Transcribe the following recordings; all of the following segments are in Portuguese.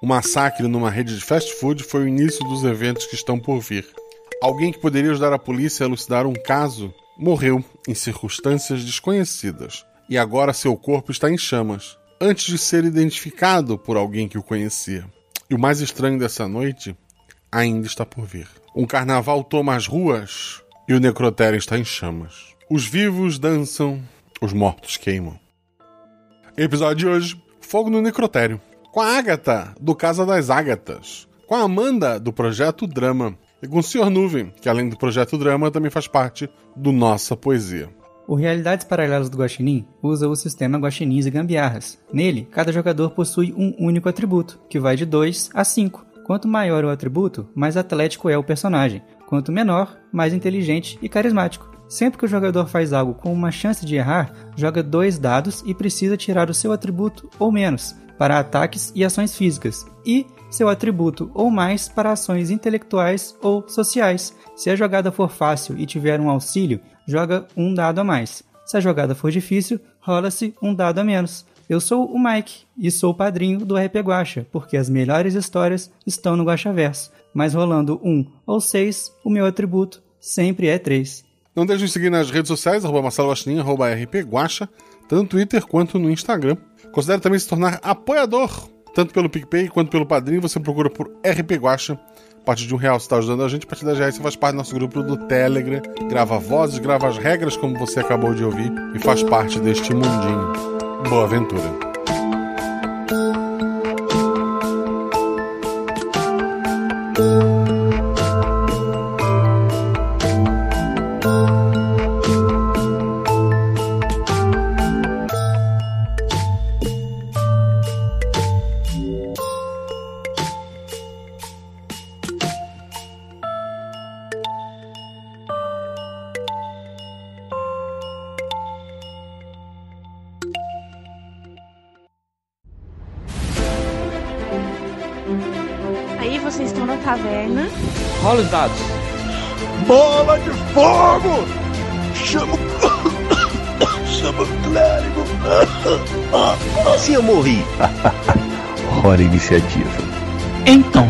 O massacre numa rede de fast food foi o início dos eventos que estão por vir. Alguém que poderia ajudar a polícia a elucidar um caso morreu em circunstâncias desconhecidas e agora seu corpo está em chamas, antes de ser identificado por alguém que o conhecia. E o mais estranho dessa noite ainda está por vir. Um carnaval toma as ruas e o necrotério está em chamas. Os vivos dançam, os mortos queimam. Episódio de hoje: Fogo no Necrotério. Com a Ágata, do Casa das Ágatas. Com a Amanda, do Projeto Drama. E com o Sr. Nuvem, que além do Projeto Drama também faz parte do Nossa Poesia. O Realidades Paralelas do Guaxinim usa o sistema Guaxinins e Gambiarras. Nele, cada jogador possui um único atributo, que vai de 2 a 5. Quanto maior o atributo, mais atlético é o personagem. Quanto menor, mais inteligente e carismático. Sempre que o jogador faz algo com uma chance de errar, joga dois dados e precisa tirar o seu atributo ou menos para ataques e ações físicas, e seu atributo ou mais para ações intelectuais ou sociais. Se a jogada for fácil e tiver um auxílio, joga um dado a mais. Se a jogada for difícil, rola-se um dado a menos. Eu sou o Mike e sou o padrinho do RP Guacha, porque as melhores histórias estão no Guachaverso. Mas rolando um ou seis, o meu atributo sempre é três. Não deixe de seguir nas redes sociais, arroba Marcelo Guaxinim, arroba RP Guacha, tanto no Twitter quanto no Instagram. Considere também se tornar apoiador, tanto pelo PicPay quanto pelo Padrim. Você procura por RP Guacha. A partir de um real você está ajudando a gente, a partir de 10 reais você faz parte do nosso grupo do Telegram. Grava vozes, grava as regras como você acabou de ouvir e faz parte deste mundinho. Boa aventura! Aí vocês estão na taverna. Rola os dados. Bola de fogo! Chama o... Chama o clérigo! Se eu morri. Hora iniciativa. Então,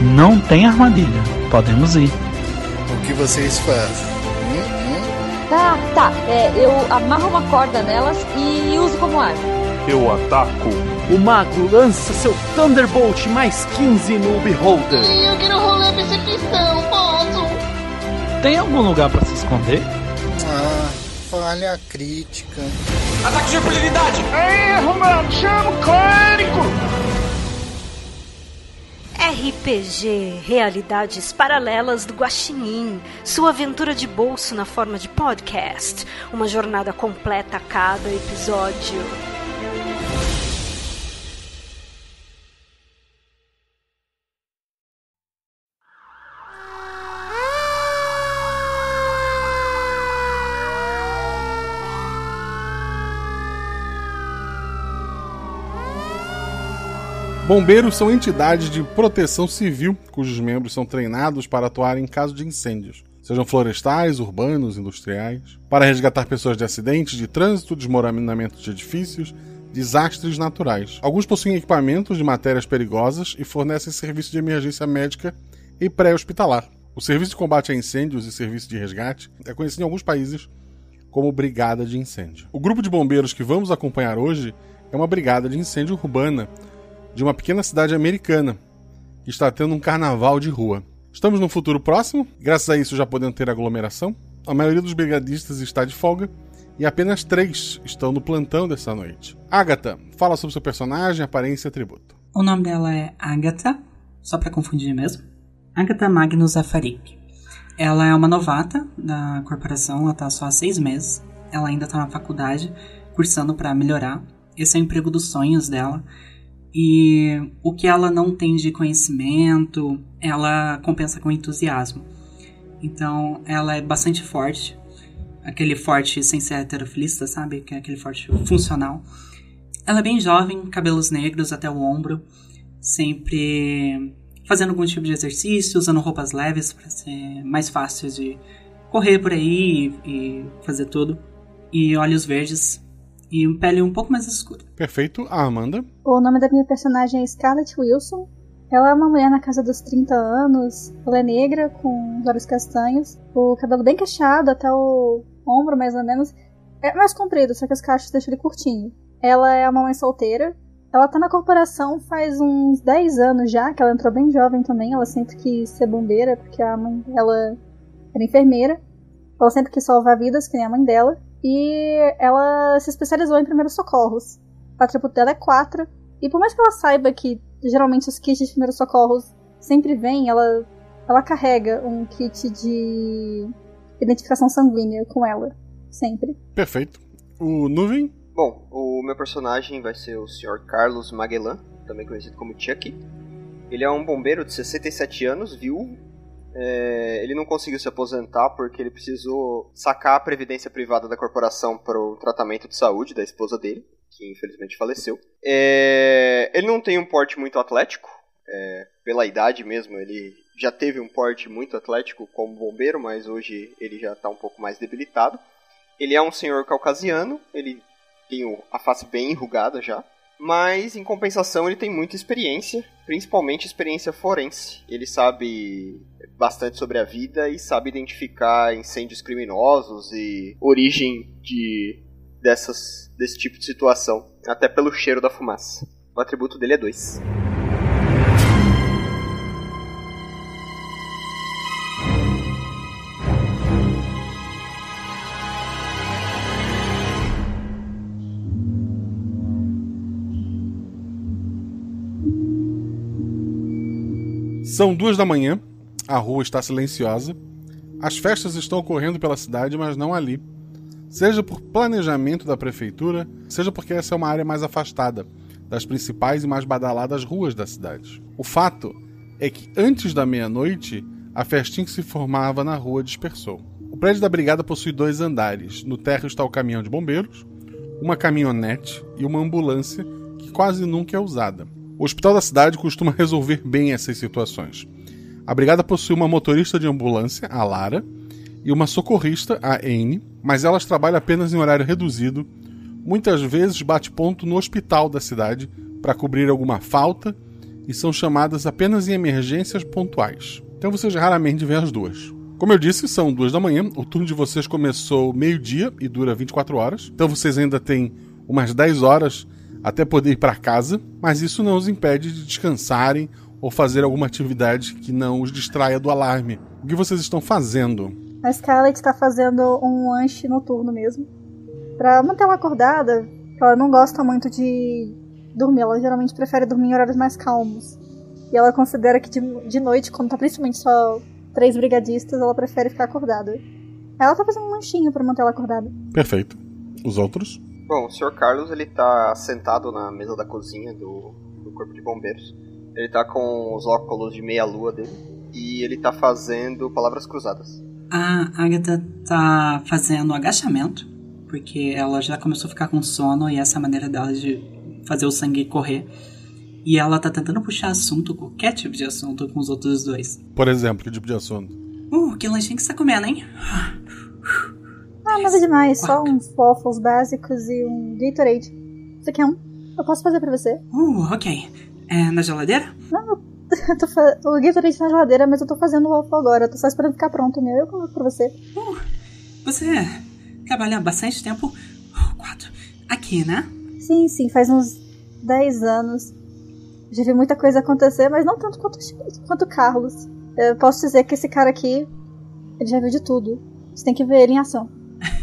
não tem armadilha. Podemos ir. O que vocês fazem? Tá, tá. É, eu amarro uma corda nelas e uso como arma. Eu ataco. O mago lança seu Thunderbolt mais 15 no Beholder. Eu quero rolar percepção, posso? Tem algum lugar pra se esconder? Ah, falha crítica. Ataque de impunidade! RPG Realidades Paralelas do Guaxinim. Sua aventura de bolso na forma de podcast. Uma jornada completa a cada episódio. Bombeiros são entidades de proteção civil cujos membros são treinados para atuar em caso de incêndios, sejam florestais, urbanos, industriais, para resgatar pessoas de acidentes de trânsito, desmoronamento de edifícios, desastres naturais. Alguns possuem equipamentos de matérias perigosas e fornecem serviço de emergência médica e pré-hospitalar. O serviço de combate a incêndios e serviço de resgate é conhecido em alguns países como brigada de incêndio. O grupo de bombeiros que vamos acompanhar hoje é uma brigada de incêndio urbana de uma pequena cidade americana que está tendo um carnaval de rua. Estamos num futuro próximo, graças a isso já podemos ter aglomeração. A maioria dos brigadistas está de folga e apenas três estão no plantão dessa noite. Agatha, fala sobre seu personagem, aparência e atributo. O nome dela é Agatha, só pra confundir mesmo. Agatha Magnus Afarik. Ela é uma novata da corporação, ela tá só há seis meses. Ela ainda tá na faculdade, cursando pra melhorar. Esse é o emprego dos sonhos dela. E o que ela não tem de conhecimento, ela compensa com entusiasmo. Então, ela é bastante forte. Aquele forte sem ser heterofilista, sabe? Que é aquele forte funcional. Ela é bem jovem, cabelos negros até o ombro, sempre fazendo algum tipo de exercício, usando roupas leves para ser mais fácil de correr por aí e, e fazer tudo. E olhos verdes E um pele um pouco mais escura. Perfeito. A Amanda. O nome da minha personagem é Scarlett Wilson. Ela é uma mulher na casa dos 30 anos. Ela é negra, com os olhos castanhos. O cabelo bem cacheado, até o ombro mais ou menos. É mais comprido, só que os cachos deixam ele curtinho. Ela é uma mãe solteira. Ela tá na corporação faz uns 10 anos já, que ela entrou bem jovem também. Ela sempre quis ser bombeira, porque a mãe dela era enfermeira. Ela sempre quis salvar vidas, que nem a mãe dela. E ela se especializou em primeiros socorros. O atributo dela é 4. E por mais que ela saiba que geralmente os kits de primeiros socorros sempre vêm, ela, ela carrega um kit de identificação sanguínea com ela. Sempre. Perfeito. O Nuvem? Bom, o meu personagem vai ser o Sr. Carlos Magellan, também conhecido como Chucky. Ele é um bombeiro de 67 anos, viúvo. É, ele não conseguiu se aposentar porque ele precisou sacar a previdência privada da corporação para o tratamento de saúde da esposa dele, que infelizmente faleceu. É, ele não tem um porte muito atlético, é, pela idade mesmo, ele já teve um porte muito atlético como bombeiro, mas hoje ele já está um pouco mais debilitado. Ele é um senhor caucasiano, ele tem a face bem enrugada já. Mas, em compensação, ele tem muita experiência, principalmente experiência forense. Ele sabe bastante sobre a vida e sabe identificar incêndios criminosos e origem de dessas, desse tipo de situação, até pelo cheiro da fumaça. O atributo dele é 2. São duas da manhã, a rua está silenciosa. As festas estão ocorrendo pela cidade, mas não ali. Seja por planejamento da prefeitura, seja porque essa é uma área mais afastada das principais e mais badaladas ruas da cidade. O fato é que antes da meia-noite, a festinha que se formava na rua dispersou. O prédio da brigada possui dois andares. No térreo está o caminhão de bombeiros, uma caminhonete e uma ambulância que quase nunca é usada. O hospital da cidade costuma resolver bem essas situações. A brigada possui uma motorista de ambulância, a Lara, e uma socorrista, a Anne, mas elas trabalham apenas em horário reduzido, muitas vezes bate ponto no hospital da cidade para cobrir alguma falta e são chamadas apenas em emergências pontuais. Então vocês raramente vê as duas. Como eu disse, são duas da manhã, o turno de vocês começou meio-dia e dura 24 horas, então vocês ainda têm umas 10 horas até poder ir para casa, mas isso não os impede de descansarem ou fazer alguma atividade que não os distraia do alarme. O que vocês estão fazendo? A Scarlett está fazendo um lanche noturno mesmo, para manter ela acordada. Ela não gosta muito de dormir, ela geralmente prefere dormir em horários mais calmos. E ela considera que de, de noite, como tá principalmente só três brigadistas, ela prefere ficar acordada. Ela tá fazendo um lanchinho para manter ela acordada. Perfeito. Os outros? Bom, o Sr. Carlos ele tá sentado na mesa da cozinha do, do Corpo de Bombeiros. Ele tá com os óculos de meia lua dele e ele tá fazendo palavras cruzadas. A Agatha tá fazendo agachamento, porque ela já começou a ficar com sono e essa é maneira dela de fazer o sangue correr. E ela tá tentando puxar assunto, qualquer tipo de assunto, com os outros dois. Por exemplo, que tipo de assunto? Uh, que lanchinho que você tá comendo, hein? Ah, nada demais, só uns waffles básicos e um Gatorade. Você quer um? Eu posso fazer pra você. Uh, ok. É na geladeira? Não, eu tô fa... o Gatorade tá na geladeira, mas eu tô fazendo o waffle agora. Eu tô só esperando ficar pronto, né? Eu coloco pra você. Uh, você trabalha bastante tempo? Oh, quatro. Aqui, né? Sim, sim, faz uns 10 anos. Já vi muita coisa acontecer, mas não tanto quanto, quanto o Carlos. Eu posso dizer que esse cara aqui, ele já viu de tudo. Você tem que ver ele em ação.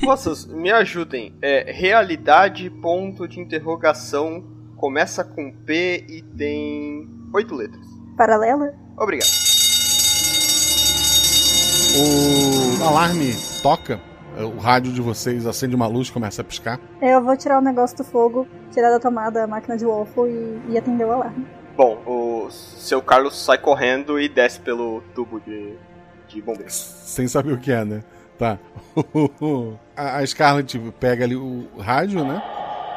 Moças, me ajudem. É, realidade, ponto de interrogação, começa com P e tem oito letras. Paralela? Obrigado. O alarme toca, é, o rádio de vocês acende uma luz e começa a piscar. Eu vou tirar o negócio do fogo, tirar da tomada a máquina de waffle e, e atender o alarme. Bom, o seu Carlos sai correndo e desce pelo tubo de, de bombeiros. Sem saber o que é, né? Tá. a Scarlet pega ali o rádio, né?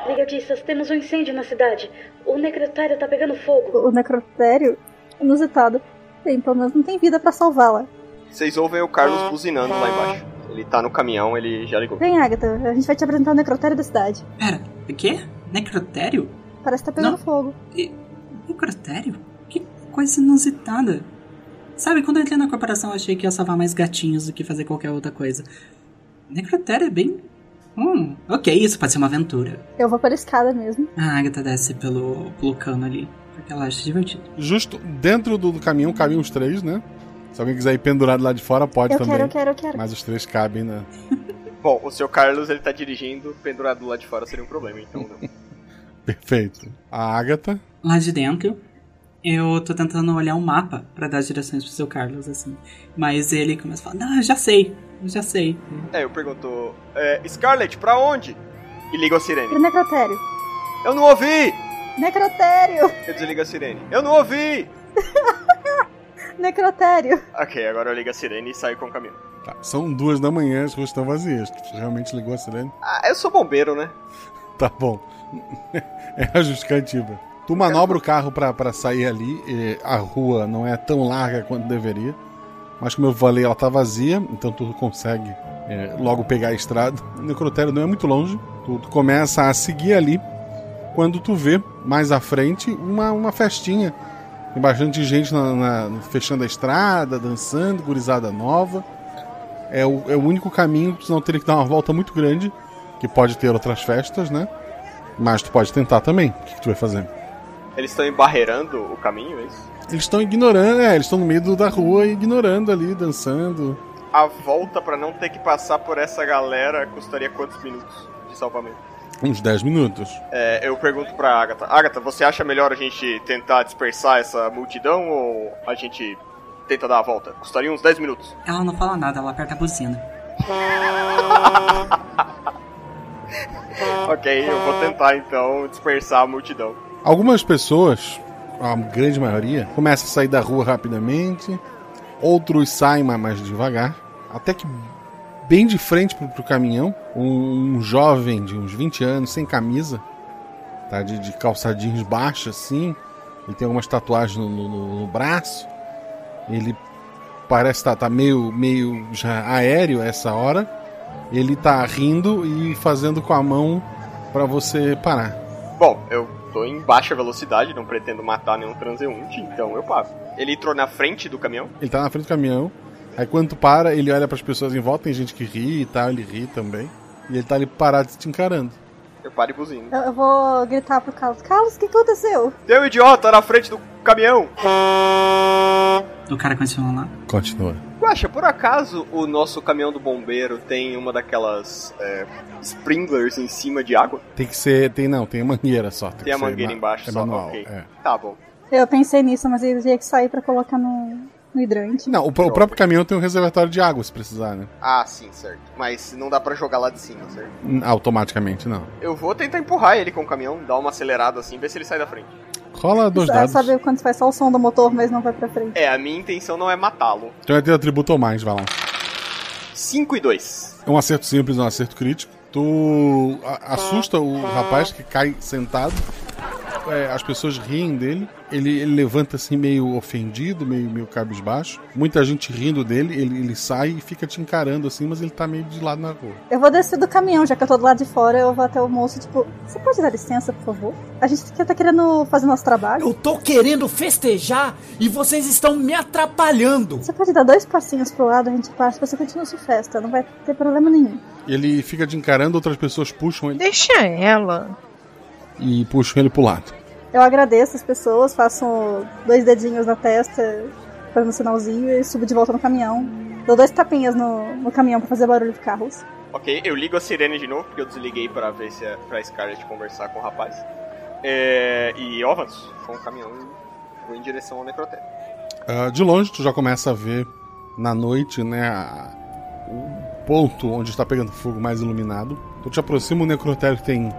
Brigadistas, temos um incêndio na cidade. O necrotério tá pegando fogo. O necrotério? Inusitado. Bem, pelo menos não tem vida para salvá-la. Vocês ouvem o Carlos buzinando lá embaixo. Ele tá no caminhão, ele já ligou. Vem, Agatha, a gente vai te apresentar o necrotério da cidade. Pera, O quê? Necrotério? Parece que tá pegando fogo. E- Necrotério? Que coisa inusitada. Sabe, quando eu entrei na corporação eu achei que ia salvar mais gatinhos do que fazer qualquer outra coisa. Necrotério é bem. Hum, ok, isso pode ser uma aventura. Eu vou pela escada mesmo. A Agatha desce pelo, pelo cano ali, porque ela acha divertido. Justo dentro do do caminhão cabem os três, né? Se alguém quiser ir pendurado lá de fora, pode Eu quero, também. eu quero, eu quero. Mas os três cabem, né? Bom, o seu Carlos, ele tá dirigindo, pendurado lá de fora seria um problema, então não. Perfeito. A Agatha. Lá de dentro, eu tô tentando olhar o mapa pra dar as direções pro seu Carlos, assim. Mas ele começa a falar: Não, eu já sei, eu já sei. É, eu pergunto, é, Scarlett, pra onde? E liga a Pro sirene. necrotério. Eu não ouvi! Necrotério! Eu desligo a sirene. Eu não ouvi! Necrotério! Ok, agora eu ligo a sirene e saio com o caminho. Tá, São duas da manhã, as ruas estão vazias. Tu realmente ligou a sirene? Ah, eu sou bombeiro, né? Tá bom. É a justificativa. Tu manobra o carro pra, pra sair ali. e a rua não é tão larga quanto deveria. Mas como eu falei, ela tá vazia, então tu consegue é, logo pegar a estrada. O necrotério não é muito longe. Tu, tu começa a seguir ali. Quando tu vê, mais à frente, uma, uma festinha. Tem bastante gente na- na- fechando a estrada, dançando, gurizada nova. É o, é o único caminho, senão teria que dar uma volta muito grande. Que pode ter outras festas, né? Mas tu pode tentar também. O que, que tu vai fazer? Eles estão embarreirando o caminho, é isso? Eles estão ignorando, é, eles estão no meio do- da rua ignorando ali, dançando. A volta pra não ter que passar por essa galera custaria quantos minutos de salvamento? Uns 10 minutos. É, eu pergunto pra Agatha. Agatha, você acha melhor a gente tentar dispersar essa multidão ou a gente tenta dar a volta? Custaria uns 10 minutos. Ela não fala nada, ela aperta a buzina. ok, eu vou tentar então dispersar a multidão. Algumas pessoas, a grande maioria, começa a sair da rua rapidamente, outros saem mas mais devagar, até que bem de frente pro, pro caminhão, um, um jovem de uns 20 anos, sem camisa, tá de, de calça jeans baixa assim, ele tem algumas tatuagens no, no- no- no braço, ele parece estar tá, tá meio, meio já aéreo a essa hora, ele tá rindo e fazendo com a mão para você parar. Bom, eu tô em baixa velocidade, não pretendo matar nenhum transeunte, então eu paro. Ele entrou na frente do caminhão? Ele tá na frente do caminhão. Aí quando tu para, ele olha pras pessoas em volta, tem gente que ri e tal, ele ri também. E ele tá ali parado te encarando. Eu paro e buzino. Eu, eu vou gritar pro Carlos. Carlos, o que aconteceu? Deu um idiota na frente do caminhão! O cara continua lá. Continua. Guaxa, por acaso o nosso caminhão do bombeiro tem uma daquelas é, sprinklers em cima de água? Tem que ser. Tem não, tem a mangueira só. Tem a mangueira embaixo, é só manual, ok. é. Tá bom. Eu pensei nisso, mas ele tinha que sair pra colocar no, no hidrante. Não, o, pró- o próprio caminhão tem um reservatório de água se precisar, né? Ah, sim, certo. Mas não dá pra jogar lá de cima, certo? Hum, Automaticamente não. Eu vou tentar empurrar ele com o caminhão, dar uma acelerada assim, ver se ele sai da frente. Rola dois Sabe, dados. sabe quando faz só o som do motor, mas não vai pra frente. É, a minha intenção não é matá-lo. Então vai ter atributo ou mais, vai lá. 5 e 2. É um acerto simples, é um acerto crítico. Tu a- assusta o rapaz que cai sentado. É, as pessoas riem dele. Ele, ele levanta assim, meio ofendido, meio, meio cabisbaixo. Muita gente rindo dele. Ele, ele sai e fica te encarando assim, mas ele tá meio de lado na rua. Eu vou descer do caminhão, já que eu tô do lado de fora, eu vou até o moço, tipo, você pode dar licença, por favor? A gente que tá querendo fazer nosso trabalho. Eu tô querendo festejar e vocês estão me atrapalhando. Você pode dar dois passinhos pro lado, a gente passa, você continua sua festa, não vai ter problema nenhum. Ele fica te encarando, outras pessoas puxam ele Deixa ela. e puxam ele pro lado. Eu agradeço as pessoas, faço dois dedinhos na testa, fazendo um sinalzinho e subo de volta no caminhão. Dou dois tapinhas no, no caminhão pra fazer barulho de carros. Ok, eu ligo a sirene de novo, porque eu desliguei pra ver se é pra Scarlett conversar com o rapaz. É, e eu avanço com o caminhão e vou em direção ao necrotério. Ah, de longe, tu já começa a ver na noite, né? a- o ponto onde está pegando fogo mais iluminado. Tu te aproxima, o necrotério que tem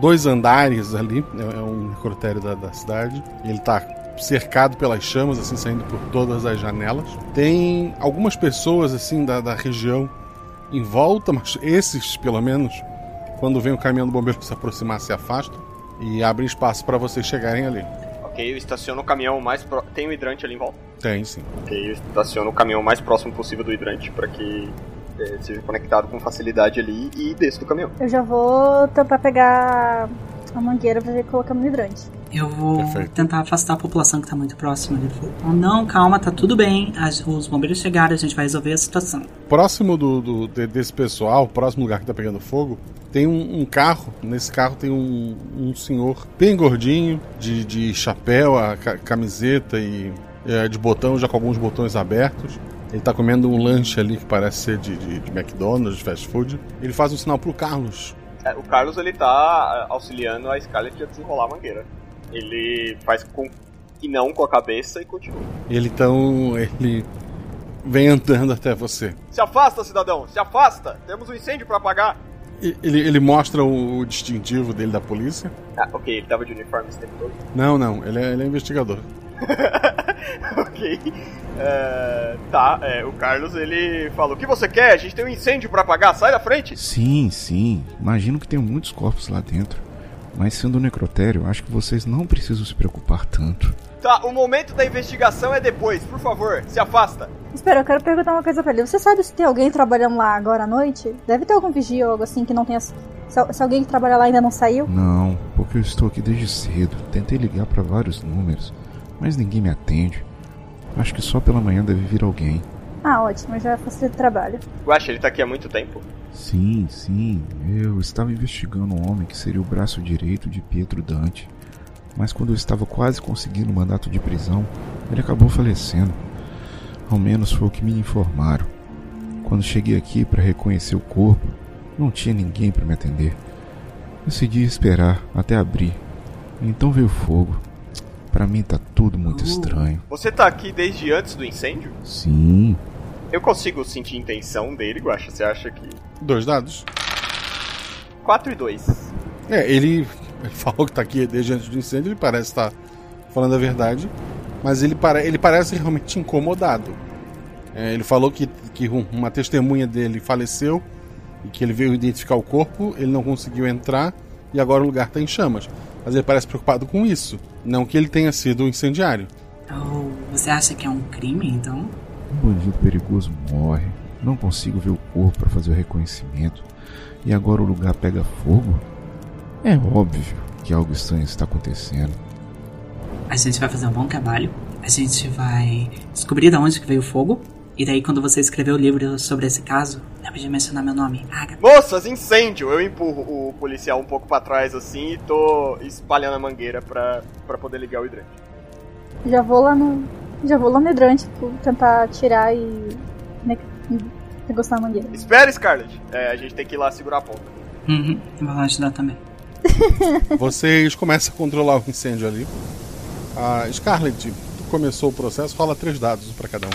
dois andares ali. É, é um necrotério da, da cidade. Ele tá cercado pelas chamas, assim, saindo por todas as janelas. Tem algumas pessoas, assim, da, da região em volta, mas esses, pelo menos, quando vem o caminhão do bombeiro se aproximar, se afastam e abrem espaço para vocês chegarem ali. Ok, eu estaciono o caminhão mais pro... Tem um hidrante ali em volta? Tem, sim. Ok, eu estaciono o caminhão mais próximo possível do hidrante pra que é, seja conectado com facilidade ali e desça do caminhão. Eu já vou tentar pegar a mangueira pra ver colocar no hidrante. Eu vou tentar afastar a população que tá muito próxima do fogo. Oh, não, calma, tá tudo bem. As- os bombeiros chegaram, a gente vai resolver a situação. Próximo do, do- de- desse pessoal, próximo lugar que tá pegando fogo, tem um, um carro. Nesse carro tem um, um senhor bem gordinho, de, de chapéu, a ca- camiseta e é, de botão, já com alguns botões abertos. Ele tá comendo um lanche ali que parece ser de, de, de McDonald's, de fast food. Ele faz um sinal pro Carlos. É, o Carlos ele tá é, auxiliando a Scarlett a desenrolar a mangueira. Ele faz com que não com a cabeça e continua. Ele então. ele vem andando até você. Se afasta, cidadão, se afasta! Temos um incêndio pra apagar! E- Ele, ele mostra o, o distintivo dele da polícia. Ah, ok, ele tava de uniforme esse tempo todo. Não, não, ele é, ele é investigador. ok. É, tá, é, o Carlos ele falou: O que você quer? A gente tem um incêndio pra apagar, sai da frente! Sim, sim. Imagino que tem muitos corpos lá dentro. Mas sendo um necrotério, acho que vocês não precisam se preocupar tanto. Tá, o momento da investigação é depois, por favor, se afasta! Espera, eu quero perguntar uma coisa pra ele. Você sabe se tem alguém trabalhando lá agora à noite? Deve ter algum vigia ou algo assim que não tenha. Se, se alguém que trabalha lá ainda não saiu? Não, porque eu estou aqui desde cedo. Tentei ligar para vários números, mas ninguém me atende. Acho que só pela manhã deve vir alguém. Ah, ótimo, já facilita o trabalho. Guaxa, ele tá aqui há muito tempo. Sim, sim. Eu estava investigando um homem que seria o braço direito de Pietro Dante. Mas quando eu estava quase conseguindo o mandato de prisão, ele acabou falecendo. Ao menos foi o que me informaram. Quando cheguei aqui para reconhecer o corpo, não tinha ninguém para me atender. Decidi esperar até abrir. Então veio fogo. Para mim tá tudo muito estranho. Você tá aqui desde antes do incêndio? Sim, Eu consigo sentir a intenção dele, Guaxa. Você acha que. Dois dados. 4 e 2. É, ele, ele falou que tá aqui desde antes do incêndio, ele parece estar falando a verdade, mas ele, pare, ele parece realmente incomodado. É, ele falou que, que um- uma testemunha dele faleceu e que ele veio identificar o corpo, ele não conseguiu entrar e agora o lugar tá em chamas. Mas ele parece preocupado com isso, não que ele tenha sido um incendiário. Oh, você acha que é um crime, então? Um bandido perigoso morre. Não consigo ver o corpo para fazer o reconhecimento. E agora o lugar pega fogo? É óbvio que algo estranho está acontecendo. A gente vai fazer um bom trabalho. A gente vai descobrir de onde que veio o fogo. E daí, quando você escrever o livro sobre esse caso, lembra de mencionar meu nome. Ah, Agatha. Moças, incêndio! Eu empurro o policial um pouco pra trás assim e tô espalhando a mangueira pra, pra poder ligar o hidrante. Já vou lá no. Já vou lá no hidrante tipo, tentar tirar e. Né, e negociar a mangueira. Espera, Scarlett! É, a gente tem que ir lá segurar a ponta. Uhum, eu vou lá ajudar também. Vocês começam a controlar o incêndio ali. A Scarlett, tu começou o processo, rola três dados para cada um.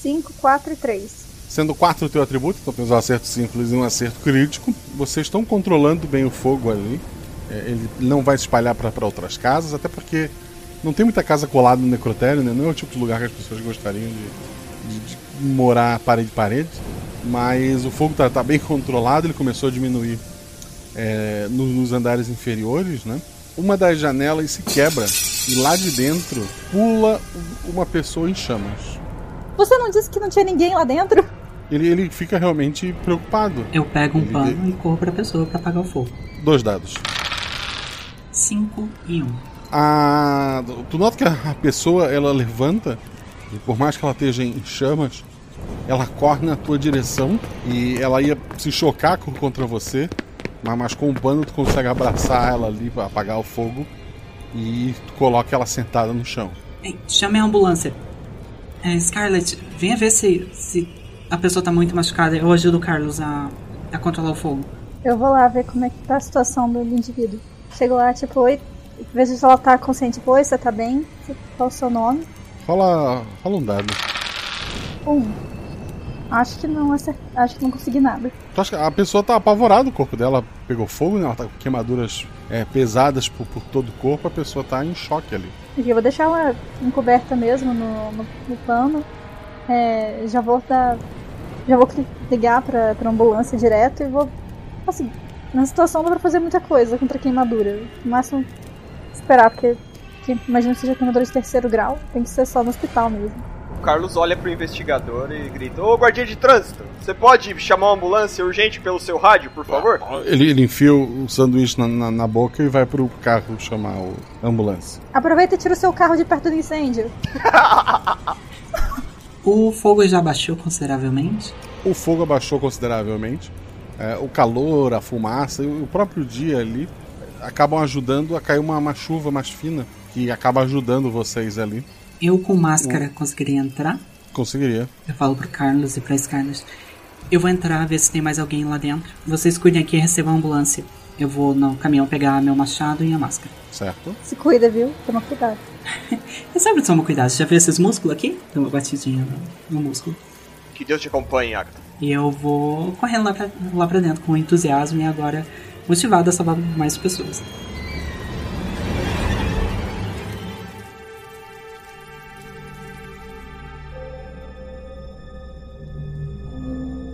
5, 4 e 3. Sendo 4 o teu atributo, então temos um acerto simples e um acerto crítico. Vocês estão controlando bem o fogo ali. É, ele não vai se espalhar para outras casas, até porque não tem muita casa colada no necrotério, né? Não é o tipo de lugar que as pessoas gostariam de, de- de morar parede a parede. Mas o fogo tá, tá bem controlado, ele começou a diminuir é, no- nos andares inferiores, né? Uma das janelas se quebra e lá de dentro pula uma pessoa em chamas. Você não disse que não tinha ninguém lá dentro? Ele, ele fica realmente preocupado. Eu pego um Ele- pano e corro pra pessoa pra apagar o fogo. Dois dados. 5 e 1. Um. A, tu nota que a pessoa ela levanta, e por mais que ela esteja em chamas, ela corre na tua direção e ela ia se chocar co- contra você, mas, mas com o pano tu consegue abraçar ela ali para apagar o fogo e tu coloca ela sentada no chão. Ei, chame a ambulância. É, Scarlett, venha ver se, se a pessoa tá muito machucada. Eu ajudo o Carlos a, a controlar o fogo. Eu vou lá ver como é que tá a situação do indivíduo. Chego lá, tipo, oi. Vejo se ela tá consciente. Tipo, oi, você tá bem? Qual o seu nome? Rola, rola um dado. Um. Acho que não acer- Acho que não consegui nada. Tu acha que a pessoa tá apavorada, o corpo dela pegou fogo, né? ela tá com queimaduras é, pesadas por, por todo o corpo, a pessoa tá em choque ali. Enfim, eu vou deixar ela encoberta mesmo no, no, no pano. É, já vou dar. Já vou cli- ligar pra, pra ambulância direto e vou. Assim, na situação não dá pra fazer muita coisa contra queimadura. No máximo esperar, porque que, imagino que seja queimadura de terceiro grau. Tem que ser só no hospital mesmo. O Carlos olha pro investigador e grita: Ô guardinha de trânsito, você pode chamar uma ambulância urgente pelo seu rádio, por favor? Ele, ele enfia o sanduíche na, na, na boca e vai pro carro chamar o- a ambulância. Aproveita e tira o seu carro de perto do incêndio. O fogo já baixou consideravelmente? O fogo abaixou consideravelmente. É, o calor, a fumaça e o próprio dia ali acabam ajudando a cair uma, uma chuva mais fina que acaba ajudando vocês ali. Eu com máscara conseguiria entrar? Conseguiria. Eu falo pro Carlos e pra Scarlett. Eu vou entrar, ver se tem mais alguém lá dentro. Vocês cuidem aqui e recebam a ambulância. Eu vou no caminhão pegar meu machado e a máscara. Certo. Se cuida, viu? Toma cuidado. Eu sempre tomo cuidado. Você já viu esses músculos aqui? Dá uma batidinha no, no músculo. Que Deus te acompanhe, Agatha. E eu vou correndo lá pra, lá pra dentro com entusiasmo e agora motivado a salvar mais pessoas.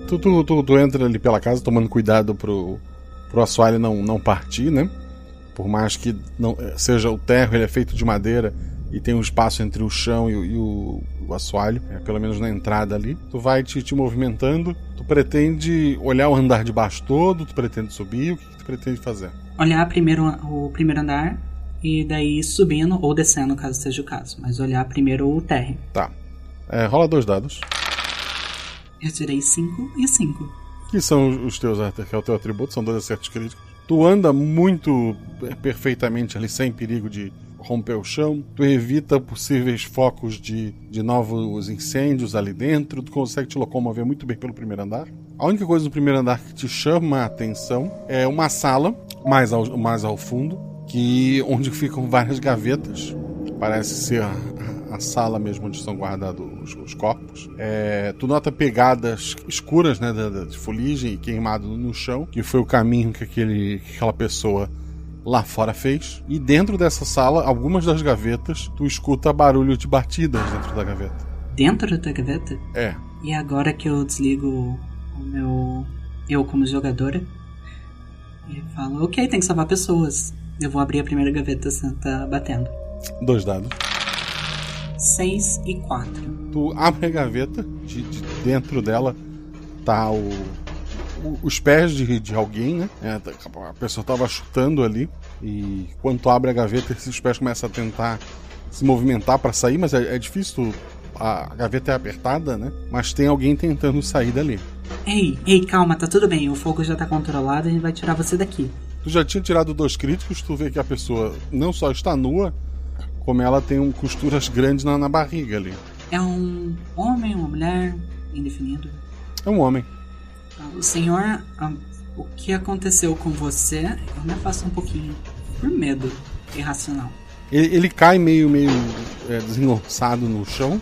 Tu, tu, tu, tu entra ali pela casa tomando cuidado pro, pro assoalho não, não partir, né? Por mais que não eh, seja o terro, ele é feito de madeira e tem um espaço entre o chão e, o- e o, o assoalho, eh, pelo menos na entrada ali. Tu vai te, te movimentando, tu pretende olhar o andar de baixo todo, tu pretende subir, o que, que tu pretende fazer? Olhar primeiro o primeiro andar e daí subindo ou descendo, caso seja o caso. Mas olhar primeiro o térreo. Tá. Eh, rola dois dados, Eu tirei 5 e 5. que são os- os teus, Arthur, que é o teu atributo, são dois acertos críticos. Tu anda muito eh, perfeitamente ali, sem perigo de romper o chão. Tu evita possíveis focos de, de novos incêndios ali dentro. Tu consegue te locomover muito bem pelo primeiro andar. A única coisa no primeiro andar que te chama a atenção é uma sala mais ao, mais ao fundo, que onde ficam várias gavetas. Parece ser a, a sala mesmo onde são guardados os, os corpos. É, tu nota pegadas escuras, né, da, da- de fuligem e queimado no chão, que foi o caminho que, aquele, que aquela pessoa lá fora fez. E dentro dessa sala, algumas das gavetas, tu escuta barulho de batidas dentro da gaveta. Dentro da gaveta? É. E agora que eu desligo o meu. Eu como jogadora. E falo, ok, tem que salvar pessoas. Eu vou abrir a primeira gaveta santa batendo. Dois dados. 6 e 4. Tu abre a gaveta, de, de dentro dela tá o, o- os pés de, de alguém, né? É, tá- a pessoa tava chutando ali e quando tu abre a gaveta, esses pés começam a tentar se movimentar para sair, mas é, é difícil. tu- a, a gaveta é apertada, né? Mas tem alguém tentando sair dali. Ei, ei, calma, tá tudo bem. O fogo já tá controlado, a gente vai tirar você daqui. Tu já tinha tirado dois críticos, tu vê que a pessoa não só está nua, como ela tem um, costuras grandes na, na barriga ali. É um homem, uma mulher, indefinido. É Tá, um homem. O senhor, ah, o que aconteceu com você? Eu me afasto um pouquinho. Por medo irracional. Ele, ele cai meio, meio é, desengonçado no chão.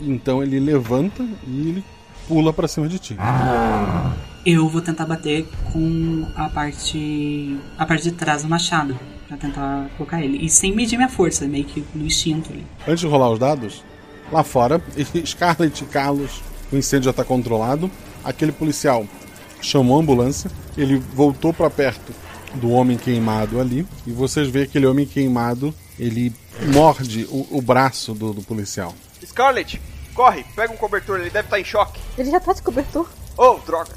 Então ele levanta e ele pula pra cima de ti. Eu vou tentar bater com a parte. a parte de trás do machado. Pra tentar colocar ele. E sem medir minha força, meio que no instinto ali. Antes de rolar os dados, lá fora, Scarlett e Carlos, o incêndio já tá controlado. Aquele policial chamou a ambulância, ele voltou pra perto do homem queimado ali. E vocês veem aquele homem queimado, ele morde o, o braço do, do policial. Scarlett, corre, pega um cobertor, ele deve estar em choque. Ele já tá de cobertor. Oh, droga.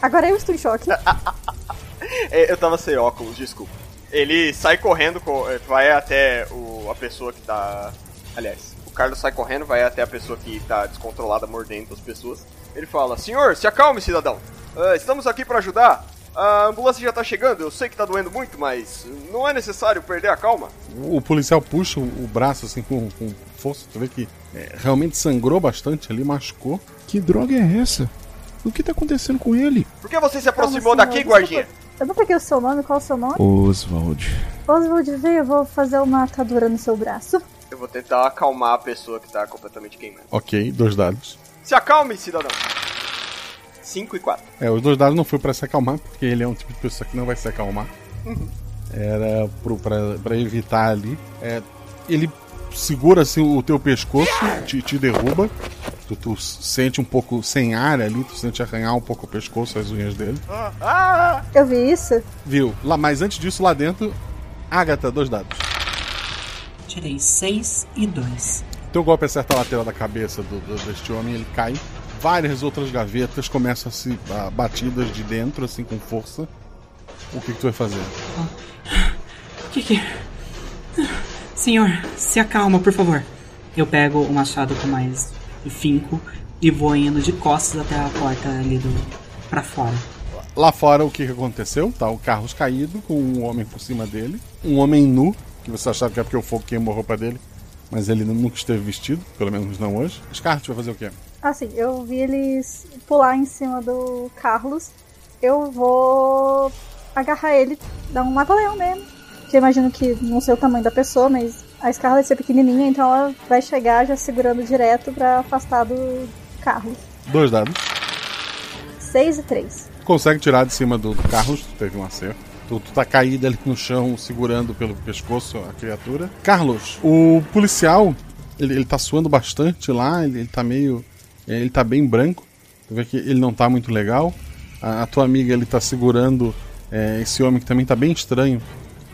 Agora eu estou em choque. É, eu tava sem óculos, desculpa. Ele sai correndo, co- eh, vai até o, a pessoa que tá. Aliás, o Carlos sai correndo, vai até a pessoa que tá descontrolada mordendo as pessoas. Ele fala: Senhor, se acalme, cidadão. Ah, estamos aqui pra ajudar. A ambulância já tá chegando, eu sei que tá doendo muito, mas não é necessário perder a calma. O policial puxa o- o braço assim com, com força, tu vê que é, realmente sangrou bastante ali, machucou. Que droga é essa? O que tá acontecendo com ele? Por que você se aproximou daqui, guardinha? Eu não peguei o seu nome, qual é o seu nome? Oswald. Oswald veio, eu vou fazer uma atadura no seu braço. Eu vou tentar acalmar a pessoa que tá completamente queimada. Ok, dois dados. Se acalme, cidadão. 5 e 4. É, os dois dados não foi pra se acalmar, porque ele é um tipo de pessoa que não vai se acalmar. Uhum. Era pro, pra, pra evitar ali. É, ele segura assim o teu pescoço, te, te derruba. Tu, tu sente um pouco sem ar ali, tu sente arranhar um pouco o pescoço, as unhas dele. Ah! Eu vi isso. Viu? Lá, mas antes disso, lá dentro, Agatha, dois dados. Tirei 6 e 2. Teu golpe acerta a lateral da cabeça do, do- deste homem, ele cai. Várias outras gavetas começam a se a, batidas de dentro, assim, com força. O que, que tu vai fazer? Que que... Senhor, se acalma, por favor. Eu pego o machado com mais finco e vou indo de costas até a porta ali do... pra fora. Lá fora, o que, que aconteceu? Tá o carro caído, com um homem por cima dele. Um homem nu, que você achava que é porque o fogo queimou a roupa dele. Mas ele nunca esteve vestido, pelo menos não hoje. Scarlet vai fazer o quê? Assim, eu vi eles pular em cima do Carlos. Eu vou agarrar ele, dar um mata-leão mesmo. Que eu imagino que não sei o tamanho da pessoa, mas a Scarlett é pequenininha, então ela vai chegar já segurando direto pra afastar do Carlos. Dois dados. 6 e 3. Consegue tirar de cima do Carlos, teve um acerto. Tu, tu tá caído ali no chão, segurando pelo pescoço a criatura. Carlos, o policial, ele, ele tá suando bastante lá, ele, ele tá meio. Ele tá bem branco. Tu vê que ele não tá muito legal. A, a tua amiga, ele tá segurando é, esse homem que também tá bem estranho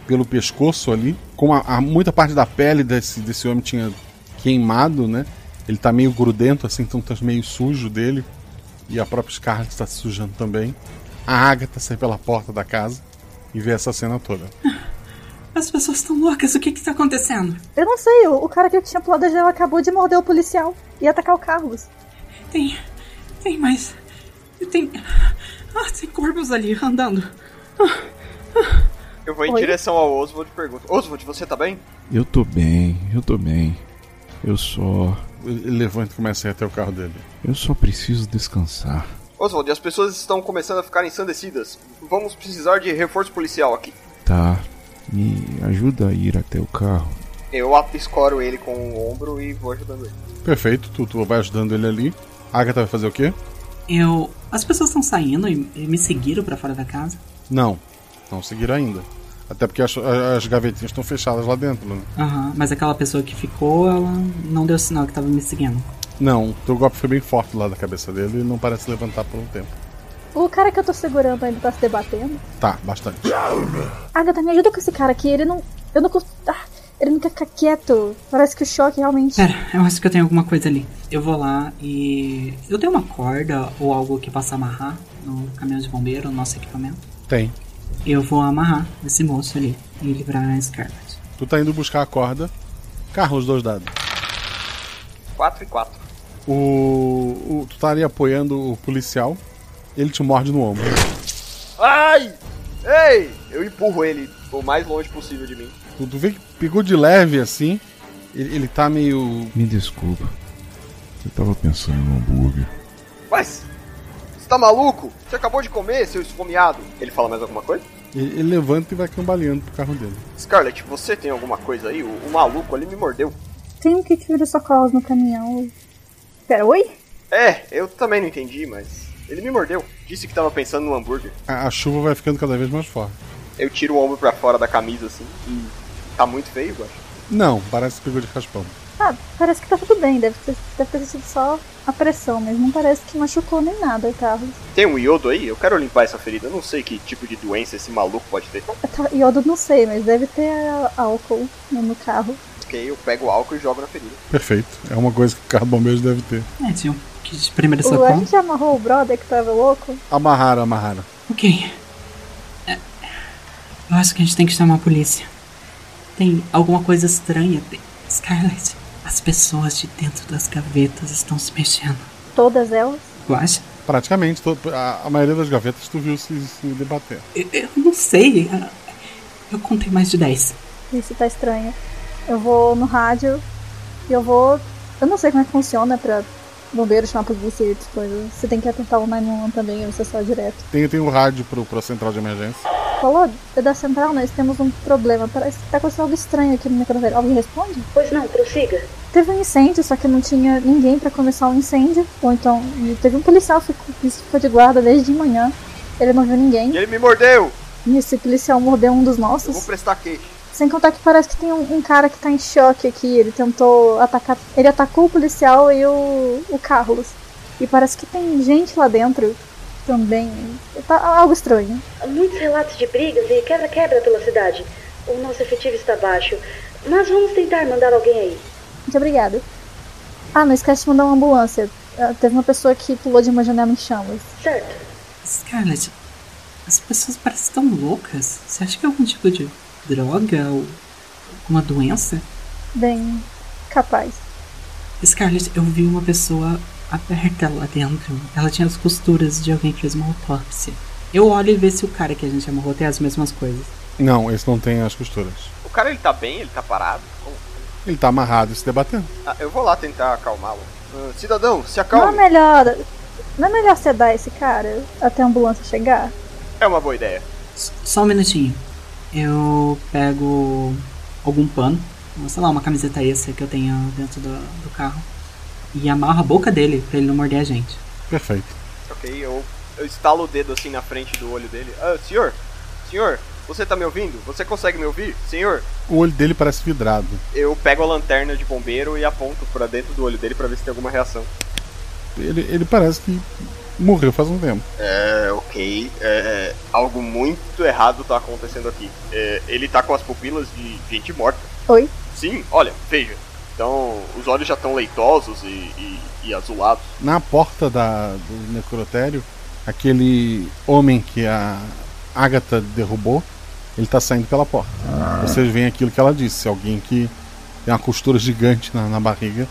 pelo pescoço ali. Como a, a- muita parte da pele desse, desse homem tinha queimado, né? Ele tá meio grudento, assim, então tá meio sujo dele. E a própria Scarlet está se sujando também. A Agatha sai pela porta da casa e vê essa cena toda. As pessoas estão loucas, o que que tá acontecendo? Eu não sei, o, o cara que tinha pulado a janela acabou de morder o policial e atacar o Carlos. Tem. Tem mais. Tem. Ah, tem corvos ali andando. Eu vou em Oi? direção ao Oswald e pergunto: Oswald, você tá bem? Eu tô bem, eu tô bem. Eu só. Ele levanta e começa a ir até o carro dele. Eu só preciso descansar. Oswald, as pessoas estão começando a ficar ensandecidas. Vamos precisar de reforço policial aqui. Tá. Me ajuda a ir até o carro. Eu a- escoro ele com o ombro e vou ajudando ele. Perfeito, tu, tu vai ajudando ele ali. A Agatha vai fazer o quê? Eu. As pessoas estão saindo e, e me seguiram pra fora da casa. Não, não seguiram ainda. Até porque as, as gavetinhas estão fechadas lá dentro, né? Aham, mas aquela pessoa que ficou, ela não deu sinal que tava me seguindo. Não, teu golpe foi bem forte lá da cabeça dele e não parece levantar por um tempo. O cara que eu tô segurando ainda tá se debatendo. Tá, bastante. Agatha, me ajuda com esse cara aqui, ele não. Eu não. cons- Ah, ele não quer ficar quieto. Parece que o choque realmente. Pera, eu acho que eu tenho alguma coisa ali. Eu vou lá e. Eu tenho uma corda ou algo que possa amarrar no caminhão de bombeiro, no nosso equipamento. Tem. Eu vou amarrar esse moço ali e livrar a Scarlet. Tu tá indo buscar a corda. Carlos, dois dados. 4 e 4. O, o- tu tá ali apoiando o policial. Ele te morde no ombro. Ai! Ei! Eu empurro ele o mais longe possível de mim. Tu, tu vê que pegou de leve assim. Ele, ele tá meio. Me desculpa. Eu tava pensando no hambúrguer. Mas! Você tá maluco? Você acabou de comer, seu esfomeado! Ele fala mais alguma coisa? Ele, ele levanta e vai cambaleando pro carro dele. Scarlett, você tem alguma coisa aí? O, o maluco ali me mordeu. Tem um kit vira-socorros no caminhão. Pera, oi? É, eu também não entendi, mas. Ele me mordeu. Disse que tava pensando no hambúrguer. A, a chuva vai ficando cada vez mais forte. Eu tiro o ombro pra fora da camisa assim e. Tá muito feio, eu acho. Não, parece que pegou de raspão. Ah, parece que tá tudo bem. Deve ter, deve ter sido só a pressão, mas não parece que machucou nem nada o Carlos. Tem um iodo aí? Eu quero limpar essa ferida. Eu não sei que tipo de doença esse maluco pode ter. Tá, Iodo não sei, mas deve ter álcool no no carro. Ok, eu pego o álcool e jogo na ferida. Perfeito. É uma coisa que o carro de bombeiros deve ter. É, tinha um kit de primeiro O, a socorro. gente amarrou o brother que tava louco. Amarraram, amarraram. Ok. É, Eu acho que a gente tem que chamar a polícia. Tem alguma coisa estranha. Tem... Scarlett, as pessoas de dentro das gavetas estão se mexendo. Todas elas. Tu acha? Praticamente, to- a, a maioria das gavetas tu viu se, se debater. Eu, eu não sei. ah, Eu contei mais de 10. Isso tá estranho. Eu vou no rádio e eu vou. Eu não sei como é que funciona pra bombeiro chamar polícia e outras coisas. Você tem que atentar o 911 também, ou você é só direto. Tem, tem um rádio pro, pra central de emergência. Falou, é da central, nós temos um problema. Parece que tá acontecendo algo estranho aqui no microfoneiro. Alguém responde? Pois não, prossiga. Teve um incêndio, só que não tinha ninguém pra começar o incêndio. Ou então, e teve um policial que ficou- que ficou de guarda desde de manhã. Ele não viu ninguém. Ele me mordeu! E esse policial mordeu um dos Eu vou nossos. prestar queixa. Sem contar que parece que tem um, um cara que tá em choque aqui. Ele tentou atacar. Ele atacou o policial e o, o Carlos. E parece que tem gente lá dentro também. Tá algo estranho. Há Muitos relatos de brigas e quebra-quebra pela cidade. O nosso efetivo está baixo. Mas vamos tentar mandar alguém aí. Muito obrigada. Ah, não esquece de mandar uma ambulância. Ah, Teve uma pessoa que pulou de uma janela em chamas. Certo. Scarlett, as pessoas parecem tão loucas. Você acha que é algum tipo de droga ou uma doença? Bem, capaz. Scarlett, eu vi uma pessoa aberta lá dentro. Ela tinha as costuras de alguém que fez uma autópsia. Eu olho e vejo se o cara que a gente amarrou tem as mesmas coisas. Não, esse não tem as costuras. O cara ele tá bem, ele tá parado. Como- Ele tá amarrado e se debatendo. Ah, eu vou lá tentar acalmá-lo. Ah, cidadão, se Não acalme. é melhor. Não é melhor sedar esse cara até a ambulância chegar? É uma boa ideia. Só um minutinho. Eu pego algum pano, ou sei lá, uma camiseta extra que eu tenha dentro do, do carro, e amarro a boca dele pra ele não morder a gente. Perfeito. Ok, eu, eu estalo o dedo assim na frente do olho dele. Ah, senhor, senhor, você tá me ouvindo? Você consegue me ouvir? Senhor, O olho dele parece vidrado. eu pego a lanterna de bombeiro e aponto pra dentro do olho dele pra ver se tem alguma reação. Ele, ele parece que morreu faz um tempo. É, ok. É, algo muito errado tá acontecendo aqui. É, ele tá com as pupilas de gente morta. Oi? Sim, olha, veja. Então, os olhos já estão leitosos e, e- e azulados. Na porta da, do necrotério, aquele homem que a Agatha derrubou, ele tá saindo pela porta. Vocês veem aquilo que ela disse: alguém que tem uma costura gigante na, na barriga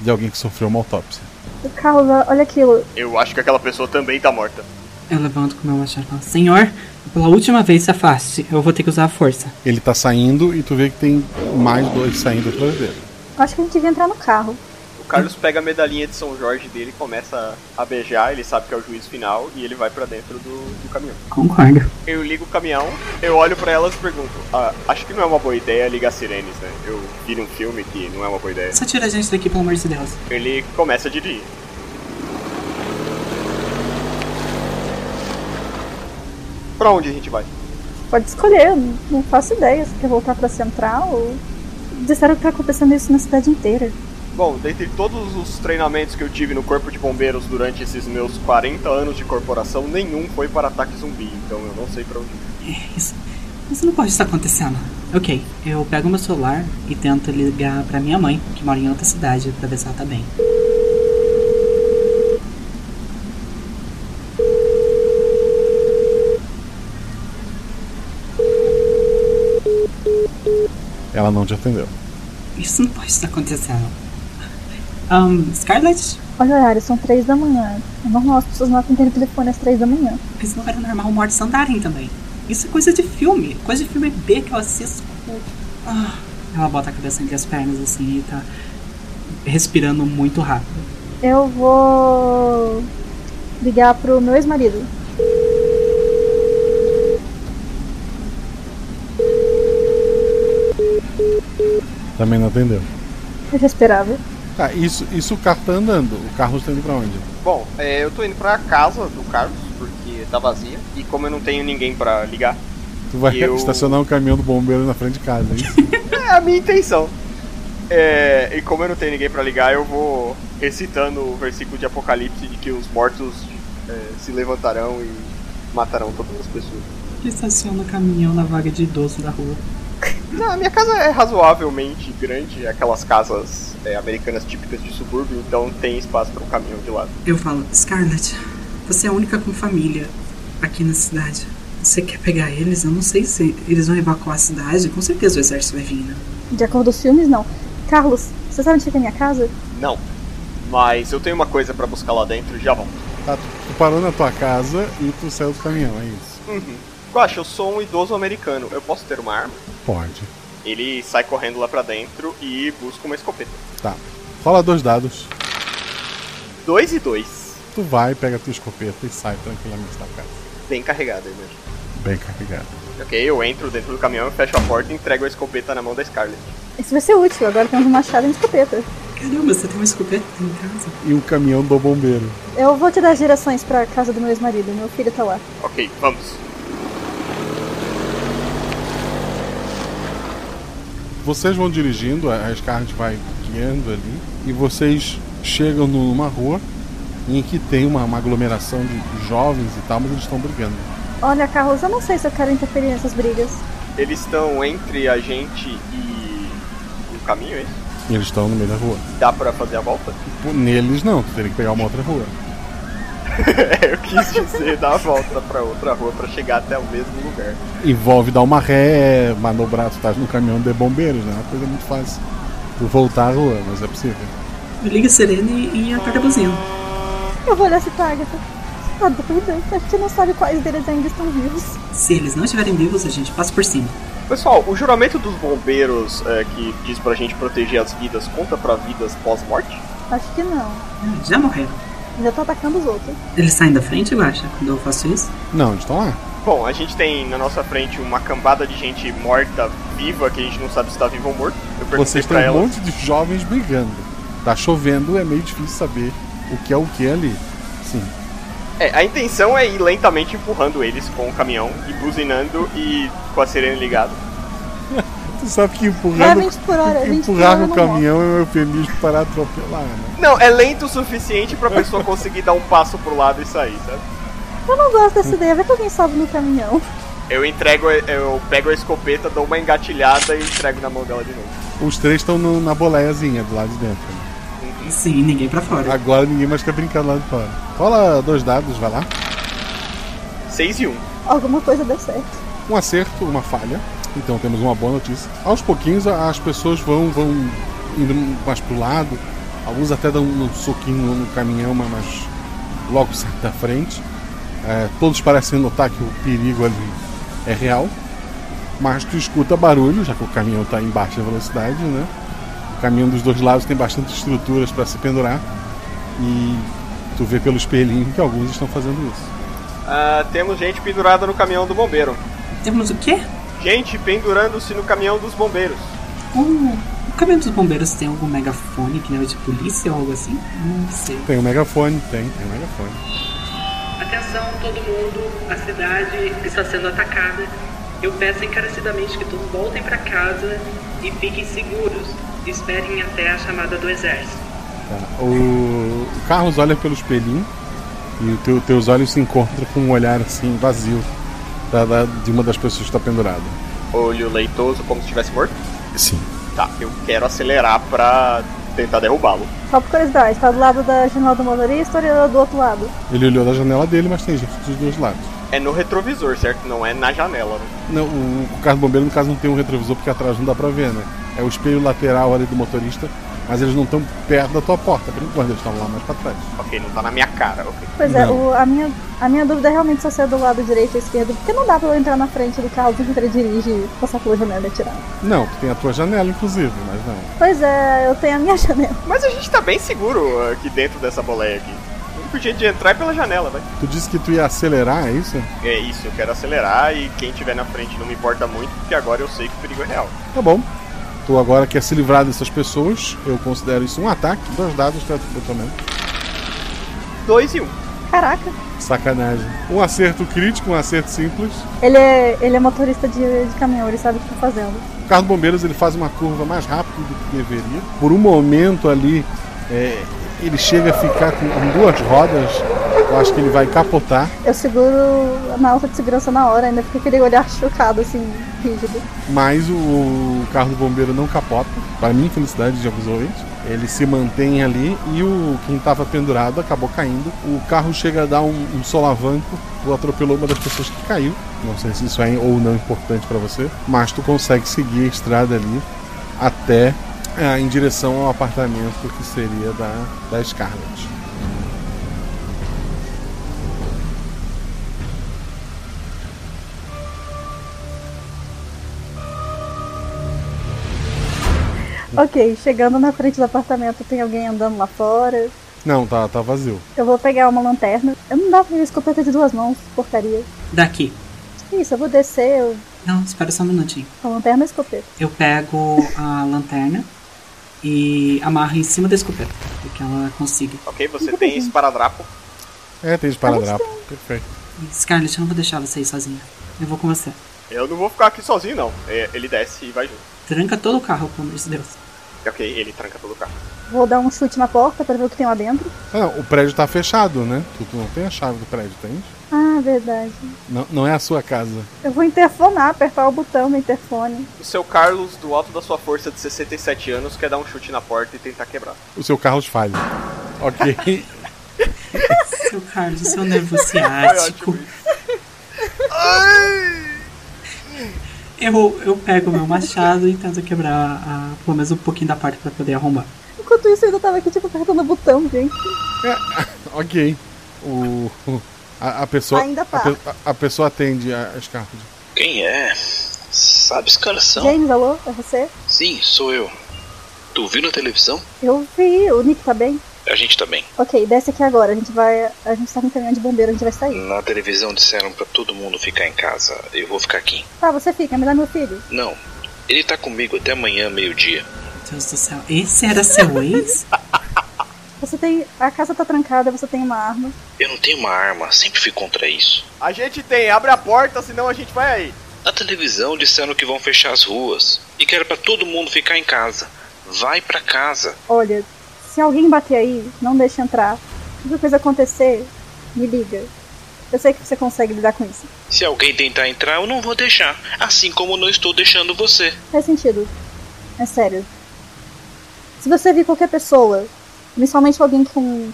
de alguém que sofreu uma autópsia. O Carlos, olha aquilo. Eu acho que aquela pessoa também tá morta. Eu levanto com o meu machado e falo, Senhor, pela última vez se afaste, eu vou ter que usar a força. Ele tá saindo e tu vê que tem mais dois saindo atrás dele. Acho que a gente devia entrar no carro. O Carlos pega a medalhinha de São Jorge dele, começa a beijar, ele sabe que é o juiz final e ele vai pra dentro do, do caminhão. Concordo. Eu ligo o caminhão, eu olho pra elas e pergunto: "Ah, Acho que não é uma boa ideia ligar sirenes, né? Eu vi num filme que não é uma boa ideia. Só tira a gente daqui, pelo amor de Deus. Ele começa a dirigir. Pra onde a gente vai? Pode escolher, eu não faço ideia se quer voltar pra central ou. Disseram que tá acontecendo isso na cidade inteira. Bom, dentre todos os treinamentos que eu tive no Corpo de Bombeiros durante esses meus 40 anos de corporação, nenhum foi para ataque zumbi, então eu não sei pra onde. É Isso, isso não pode estar acontecendo. Ok, eu pego meu celular e tento ligar pra minha mãe, que mora em outra cidade, pra ver se ela tá bem. Ela não te atendeu. Isso não pode estar acontecendo. Ahn, Scarlett? Olha o horário, são três da manhã. É normal as pessoas não atenderem o telefone às três da manhã. Mas não era normal mortes andarem também. Isso é coisa de filme, coisa de filme B que eu assisto. com- Ah, ela bota a cabeça entre as pernas assim e tá respirando muito rápido. Eu vou ligar pro meu ex-marido. Também não atendeu. Eu já esperava. Tá, isso, isso o carro tá andando. O Carlos tá indo pra onde? Bom, é, eu tô indo pra casa do Carlos, porque tá vazia, e como eu não tenho ninguém pra ligar, Tu vai Eu- estacionar um caminhão do bombeiro na frente de casa, é isso? é a minha intenção. É, e como eu não tenho ninguém pra ligar, eu vou recitando o versículo de Apocalipse de que os mortos é, se levantarão e matarão todas as pessoas. Estaciona o caminhão na vaga de idoso da rua. Não, a minha casa é razoavelmente grande, é aquelas casas é, americanas típicas de subúrbio, então tem espaço para um caminhão de lado. Eu falo, Scarlett, você é a única com família aqui na cidade. Você quer pegar eles? Eu não sei se eles vão evacuar a cidade. Com certeza o exército vai vir, né? De acordo com os filmes, não. Carlos, você sabe onde fica a minha casa? Não, mas eu tenho uma coisa para buscar lá dentro e já vamos. Tá, tu, tu parou na tua casa e tu saiu do caminhão, é isso? Uhum. Guaxa, eu sou um idoso americano, eu posso ter uma arma? Pode. Ele sai correndo lá pra dentro e busca uma escopeta. Tá. Rola dois dados. Dois e dois. Tu vai, pega a tua escopeta e sai tranquilamente da casa. Bem carregado, eu imagino. Bem carregado. Ok, eu entro dentro do caminhão, fecho a porta e entrego a escopeta na mão da Scarlett. Isso vai ser útil, agora temos um machado e uma escopeta. Caramba, você tem uma escopeta em casa? E o caminhão do bombeiro. Eu vou te dar as direções pra casa do meu ex-marido, meu filho tá lá. Ok, vamos. Vocês vão dirigindo, a a Scarlet vai guiando ali, e vocês chegam numa rua em que tem uma, uma aglomeração de jovens e tal, mas eles estão brigando. Olha, Carlos, eu não sei se eu quero interferir nessas brigas. Eles estão entre a gente e o caminho, é isso? Eles estão no meio da rua. Dá pra fazer a volta? Pô, Neles não, tu teria que pegar uma outra rua. É, eu quis dizer dar a volta pra outra rua pra chegar até o mesmo lugar. Envolve dar uma ré, manobrar, tu tá no caminhão de bombeiros, né? É uma coisa muito fácil. Tu voltar à rua, mas é possível. Liga a sirene e aperta a buzina. Eu vou olhar se tá Agatha. Você Tá doida? A gente não sabe quais deles ainda estão vivos. Se eles não estiverem vivos, a gente passa por cima. Pessoal, o juramento dos bombeiros é, que diz pra gente proteger as vidas conta pra vidas pós-morte? Acho que não. Hum, Já morreram. Já tá atacando os outros. Eles saem da frente, Guaxa, quando eu faço isso? Não, eles estão lá. Bom, a gente tem na nossa frente uma cambada de gente morta, viva, que a gente não sabe se tá viva ou morto. Eu perguntei Vocês têm pra um ela. monte de jovens brigando. Tá chovendo, é meio difícil saber o que é o que ali. Sim. É, a intenção é ir lentamente empurrando eles com o caminhão e buzinando e com a sirene ligada. Tu sabe que É empurrando, 20 por hora, 20 por empurrar hora no não morre. caminhão é um eufemismo para atropelar, né? Não, é lento o suficiente pra pessoa conseguir dar um passo pro lado e sair, sabe? Eu não gosto dessa ideia, vai que alguém sobe no caminhão. Eu entrego, eu pego a escopeta, dou uma engatilhada e entrego na mão dela de novo. Os três estão no- na boleiazinha do lado de dentro. Sim, ninguém pra fora. Agora ninguém mais quer brincar do lado de fora. Rola dois dados, vai lá. 6 e 1. Alguma coisa deu certo. um acerto, uma falha. Então temos uma boa notícia. Aos pouquinhos a- as pessoas vão, vão indo mais pro lado. Alguns até dão um soquinho no caminhão, mas- mas logo sai da frente. É, todos parecem notar que o perigo ali é real. Mas tu escuta barulho, já que o caminhão está em baixa velocidade, né? O caminhão dos dois lados tem bastante estruturas para se pendurar. E tu vê pelo espelhinho que alguns estão fazendo isso. Ah, temos gente pendurada no caminhão do bombeiro. Temos o quê? Gente pendurando-se no caminhão dos bombeiros. O, Um, o caminhão dos bombeiros tem algum megafone que não é de polícia ou algo assim? Não sei. Tem um megafone, tem, tem um megafone. Atenção, todo mundo, a cidade está sendo atacada. Eu peço encarecidamente que todos voltem para casa e fiquem seguros. Esperem até a chamada do exército. Tá. O o Carlos olha pelo espelhinho e os teu, teus olhos se encontram com um olhar assim vazio da- da- de uma das pessoas que está pendurada. Olho leitoso como se estivesse morto. Sim. Tá, eu quero acelerar pra tentar derrubá-lo. Só por curiosidade, tá do lado da janela do motorista ou do outro lado? Ele olhou da janela dele, mas tem gente dos dois lados. É no retrovisor, certo? Não é na janela, né? Não, o, o carro do bombeiro, no caso, não tem um retrovisor porque atrás não dá pra ver, né? É o espelho lateral ali do motorista, mas eles não estão perto da tua porta, por enquanto, eles estão lá mais pra trás. Ok, não tá na minha cara, ok. Pois é, o- a, minha, a minha dúvida é realmente se é do lado direito ou esquerdo, porque não dá pra eu entrar na frente do carro que ele dirige, passar pela janela e atirar. Não, tu tem a tua janela, inclusive, mas não. Pois é, eu tenho a minha janela. Mas a gente tá bem seguro aqui dentro dessa boleia aqui. O único jeito de entrar é pela janela, vai. Tu disse que tu ia acelerar, é isso? É isso, eu quero acelerar e quem tiver na frente não me importa muito, porque agora eu sei que o perigo é real. Tá bom. Tu agora quer se livrar dessas pessoas, eu considero isso um ataque, dois dados, tá botamento. 2 e 1. Um. Caraca, Sacanagem. Um acerto crítico, um acerto simples. ele é, ele é motorista de, de caminhão, ele sabe o que tá fazendo. O carro de bombeiros ele faz uma curva mais rápido do que deveria. Por um momento ali, é, ele chega a ficar com, com duas rodas. Eu acho que ele vai capotar, Eu seguro na alta de segurança na hora ainda, porque eu queria olhar chocado, assim, rígido. mas o, o carro do bombeiro não capota. Para minha felicidade de alguns ouvintes, ele se mantém ali e o quem estava pendurado acabou caindo. O carro chega a dar um, um solavanco, tu atropelou uma das pessoas que caiu. Não sei se isso é ou não importante para você, mas tu consegue seguir a estrada ali até ah, em direção ao apartamento que seria da, da Scarlet. Ok, chegando na frente do apartamento, tem alguém andando lá fora. Não, tá, tá vazio. Eu vou pegar uma lanterna. Eu não dá pra ver escopeta de duas mãos, porcaria. Daqui. Isso, eu vou descer eu... Não, espera só um minutinho. com a lanterna e a escopeta. Eu pego a lanterna e amarro em cima da escopeta, para que ela consiga. Ok, você tem esparadrapo. É, tem esparadrapo. Perfeito. Scarlett, eu não vou deixar você ir sozinha. Eu vou com você. Eu não vou ficar aqui sozinho, não. É, Ele desce e vai junto. Tranca todo o carro, pelo amor de Deus. Ok, ele tranca pelo carro. Vou dar um chute na porta pra ver o que tem lá dentro. Ah, não, o prédio tá fechado, né? Tu, tu não tem a chave do prédio, tens? Ah, verdade. Não, não é a sua casa. Eu vou interfonar, apertar o botão do interfone. O seu Carlos, do alto da sua força de 67 anos, quer dar um chute na porta e tentar quebrar. O seu Carlos falha. Ok. Seu Carlos, seu nervo ciático. Eu, eu pego meu machado e tento quebrar a, pelo menos um pouquinho da porta pra poder arrombar. Enquanto isso, eu ainda tava aqui, tipo, apertando o botão, gente. ok. O, o- a, a pessoa, Ainda a, tá. pe- a- a pessoa atende a, a Scarlet. Quem é? Sabe os caras são? James, alô? É você? Sim, sou eu. Tu viu na televisão? Eu vi, o Nick tá bem? A gente também. Ok, desce aqui agora. A gente vai. A gente tá no caminhão de bombeiro, a gente vai sair. Na televisão disseram pra todo mundo ficar em casa. Eu vou ficar aqui. Tá, você fica, me dá meu filho. Não, ele tá comigo até amanhã, meio-dia. Deus do céu, esse era seu ex? Você tem. A casa tá trancada, você tem uma arma. Eu não tenho uma arma, sempre fui contra isso. A gente tem, abre a porta, senão a gente vai aí. Na televisão disseram que vão fechar as ruas e que era pra todo mundo ficar em casa. Vai pra casa. Olha, se alguém bater aí, não deixe entrar. Se alguma coisa acontecer, me liga. Eu sei que você consegue lidar com isso. Se alguém tentar entrar, eu não vou deixar. Assim como não estou deixando você. Faz sentido. É sério. Se você vir qualquer pessoa, principalmente alguém com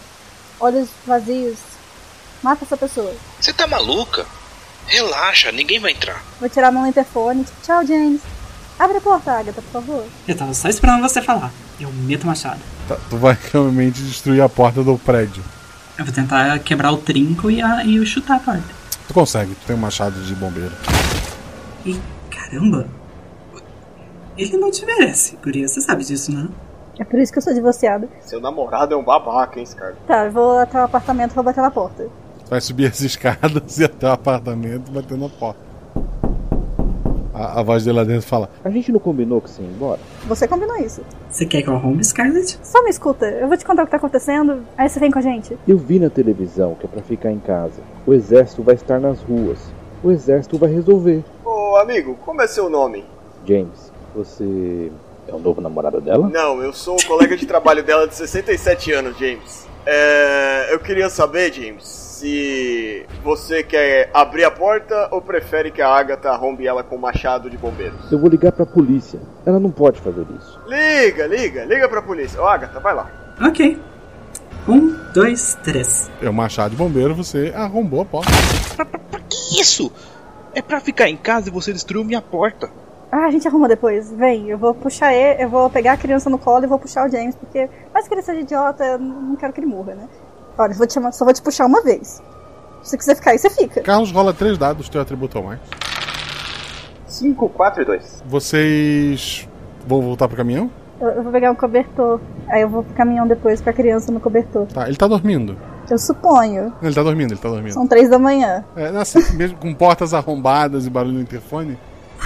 olhos vazios, mata essa pessoa. Você tá maluca? Relaxa, ninguém vai entrar. Vou tirar a mão no interfone. Tipo, tchau, James. Abre a porta, Agatha, por favor. Eu tava só esperando você falar. Eu meto o machado. Tá, tu vai realmente destruir a porta do prédio. Eu vou tentar quebrar o trinco e, a, e eu chutar a porta. Tu consegue, tu tem um machado de bombeiro. E caramba! Ele não te merece, guria, você sabe disso, né? É por isso que eu sou divorciada. Seu namorado é um babaca, hein, Scarlet? Tá, eu vou até o apartamento vou bater na porta. Tu vai subir as escadas e até o apartamento batendo a porta. A, a voz dele lá dentro fala: A gente não combinou que você ia embora? Você combinou isso. Você quer que eu arrume, Scarlett? Só me escuta, eu vou te contar o que tá acontecendo, aí você vem com a gente. Eu vi na televisão que é pra ficar em casa. O exército vai estar nas ruas. O exército vai resolver. Ô, amigo, como é seu nome? James, você é o novo namorado dela? Não, eu sou o colega de trabalho dela de 67 anos, James. É, eu queria saber, James, se você quer abrir a porta ou prefere que a Agatha arrombe ela com o machado de bombeiros. Eu vou ligar pra polícia. Ela não pode fazer isso. Liga, liga, liga pra polícia. Ô, Agatha, vai lá. Ok. Um, dois, três. É o machado de bombeiro, você arrombou a porta. Que isso? É pra ficar em casa e você destruiu minha porta. Ah, a gente arruma depois. Vem, eu vou puxar ele, eu vou pegar a criança no colo e vou puxar o James, porque mais que ele seja idiota, eu não quero que ele morra, né? Olha, eu vou te chamar, só vou te puxar uma vez. Se você quiser ficar aí, você fica. Carlos rola três dados, teu atributo ao mais. 5, 4 e 2. Vocês vão voltar pro caminhão? Eu, eu vou pegar um cobertor, aí eu vou pro caminhão depois com a criança no cobertor. Tá, ele tá dormindo. Eu suponho. Ele tá dormindo, ele tá dormindo. São três da manhã. É, nossa, mesmo com portas arrombadas e barulho no interfone,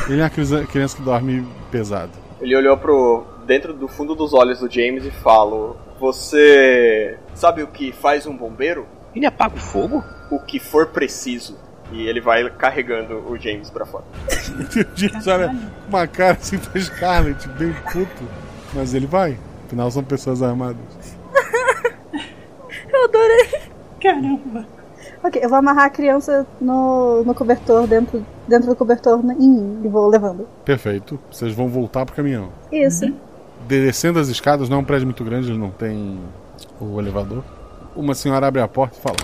ele é uma criança- criança que dorme pesado. Ele olhou pro dentro do fundo dos olhos do James e falou: Você sabe o que faz um bombeiro? Ele apaga o fogo? O que for preciso. E ele vai carregando o James pra fora. O James olha com uma cara assim pra Scarlett, bem puto. Mas ele vai. Afinal, são pessoas armadas. Eu adorei. Caramba. Ok, eu vou amarrar a criança no, no cobertor, dentro, dentro do cobertor né, em mim, e vou levando. Perfeito. Vocês vão voltar pro caminhão. Isso. Descendo as escadas, não é um prédio muito grande, ele não tem o elevador. Uma senhora abre a porta e fala: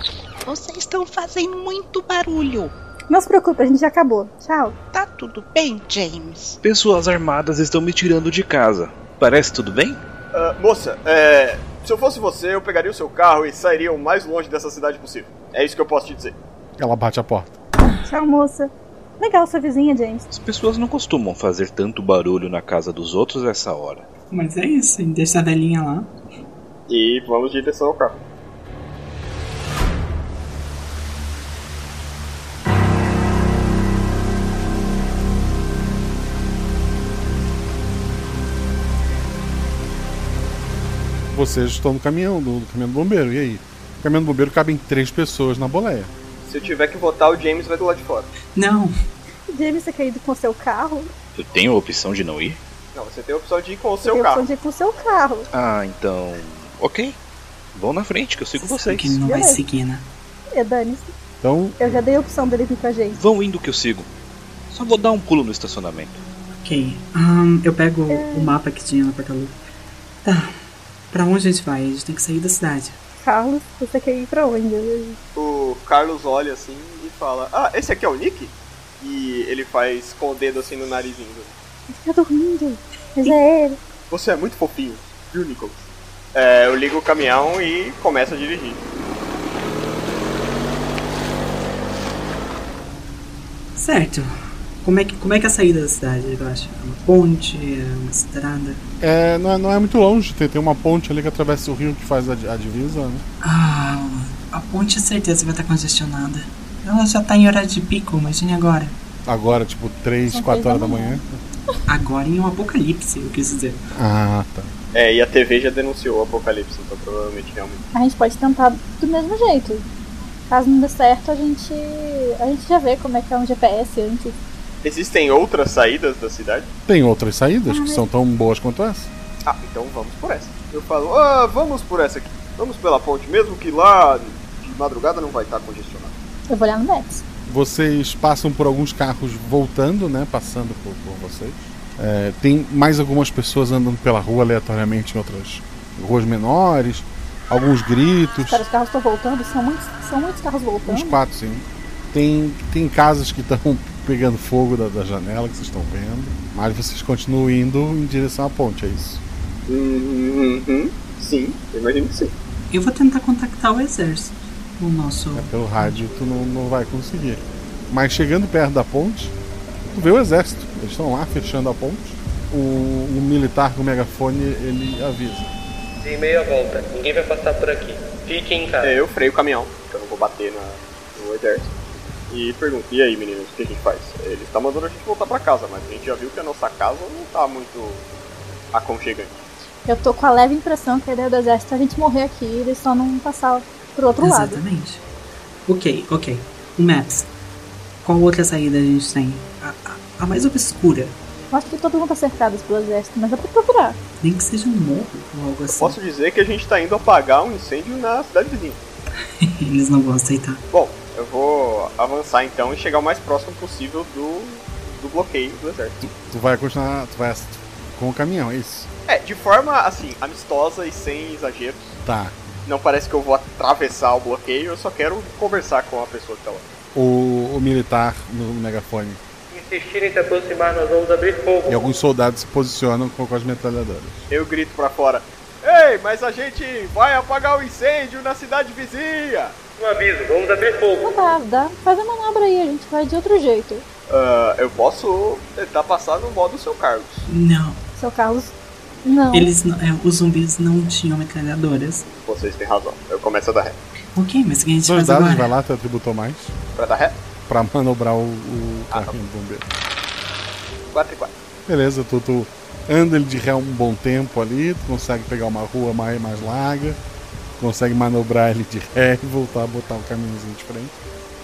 Vocês estão fazendo muito barulho. Não se preocupe, a gente já acabou. Tchau. Tá tudo bem, James? Pessoas armadas estão me tirando de casa. Parece tudo bem? Ah, moça, é, se eu fosse você, eu pegaria o seu carro e sairia o mais longe dessa cidade possível. É isso que eu posso te dizer. Ela bate a porta. Tchau, moça. Legal sua vizinha, James. As pessoas não costumam fazer tanto barulho na casa dos outros essa hora. Mas é isso, deixa a velhinha lá. E vamos de direção ao carro. Vocês estão no caminhão, do, do caminhão do bombeiro. E aí? O caminhão do bombeiro cabem três pessoas na boleia. Se eu tiver que votar, o James vai do lado de fora. Não. James, você quer ir com o seu carro? Eu tenho a opção de não ir? Não, você tem a opção de ir com o Você tem seu a opção carro. de ir com o seu carro. Ah, então. Ok. Vão na frente que eu sigo vocês. Que ele não vai Beleza. seguir, né? É, dane-se. Então, Eu já dei a opção dele vir com a gente. vão indo que eu sigo. Só vou dar um pulo no estacionamento. Ok. Ahn, eu pego É. o mapa que tinha na porta-luva. Tá. Pra onde a gente vai? A gente tem que sair da cidade. Carlos, você quer ir pra onde? Eu- O Carlos olha assim e fala: Ah, esse aqui é o Nick? E ele faz com o dedo assim no narizinho. Ele tá dormindo. Mas é ele. Você é muito fofinho, viu, Nicholas? É, eu ligo o caminhão e começo a dirigir. Certo. Como é que, como é, que é a saída da cidade, eu acho? É uma ponte? É uma estrada? é, não, é, não é muito longe, tem, tem uma ponte ali que atravessa o rio que faz a, a divisa, né? Ah, a ponte certeza vai estar congestionada. Ela já tá em horário de pico, imagine agora. Agora, tipo, 3, São 4 três horas da da manhã. Agora em um apocalipse, eu quis dizer. Ah, tá. É, e a TV já denunciou o apocalipse, então provavelmente realmente. A gente pode tentar do mesmo jeito. Caso não dê certo, a gente. A gente já vê como é que é um GPS antes. Existem outras saídas da cidade? Tem outras saídas que são tão boas quanto essa? Ah, então vamos por essa. Eu falo, ah, vamos por essa aqui. Vamos pela ponte, mesmo que lá de madrugada não vai estar congestionado. Eu vou olhar no Maps. Vocês passam por alguns carros voltando, né? Passando por, por vocês. É, tem mais algumas pessoas andando pela rua aleatoriamente em outras ruas menores. Alguns gritos. Cara, então. os carros estão voltando, são muitos, são muitos carros voltando. Uns quatro, sim. Tem, tem casas que estão pegando fogo da, da janela, que vocês estão vendo. Mas vocês continuam indo em direção à ponte, é isso. Uhum, uhum, sim, eu imagino que sim. Eu vou tentar contactar o exército. O nosso. É, Pelo rádio tu não, não vai conseguir. Mas chegando perto da ponte, tu vê o exército. Eles estão lá fechando a ponte. O, o militar com o megafone, ele avisa. Dei meia volta, ninguém vai passar por aqui. Fiquem em casa. É, eu freio o caminhão, porque eu não vou bater na- no exército. E pergunto, e aí meninos, o que a gente faz? Ele está mandando a gente voltar pra casa, mas a gente já viu que a nossa casa não tá muito aconchegante. Eu tô com a leve impressão que a ideia do exército é a gente morrer aqui e eles só não passar pro outro lado. Exatamente. Ok, ok. Maps. Qual outra saída a gente tem? A, a- a mais obscura. Eu acho que todo mundo tá cercado pelo exército, mas dá pra procurar. Nem que seja um morro ou algo assim. Posso dizer que a gente tá indo apagar um incêndio na cidade vizinha. Eles não vão aceitar. Bom, eu vou avançar então e chegar o mais próximo possível do, do bloqueio do exército. Tu vai continuar. Tu vai ass- com o caminhão, é isso. É, de forma assim, amistosa e sem exageros. Tá. Não parece que eu vou atravessar o bloqueio, eu só quero conversar com a pessoa que tá lá. O, o militar no megafone. Insistirem em se aproximar, nós vamos abrir fogo. E alguns soldados se posicionam com, com as metralhadoras. Eu grito pra fora. Ei, mas a gente vai apagar o incêndio na cidade vizinha! Um aviso, vamos abrir fogo. Não dá, dá. Faz a manobra aí, a gente vai de outro jeito. Ah, eu posso tentar passar no modo seu Carlos. Não. Seu Carlos, não. Eles não- é, os zumbis não tinham metralhadoras. Vocês têm razão. Eu começo a dar ré. Ok, mas o que a gente Dois faz dados, agora? vai lá, tu atributou mais. Pra dar ré? Pra manobrar o, o carrinho do bombeiro. 4 e 4. Beleza, tu, tu anda ele de ré um bom tempo ali, tu consegue pegar uma rua mais, mais larga, tu consegue manobrar ele de ré e voltar a botar o caminhozinho de frente.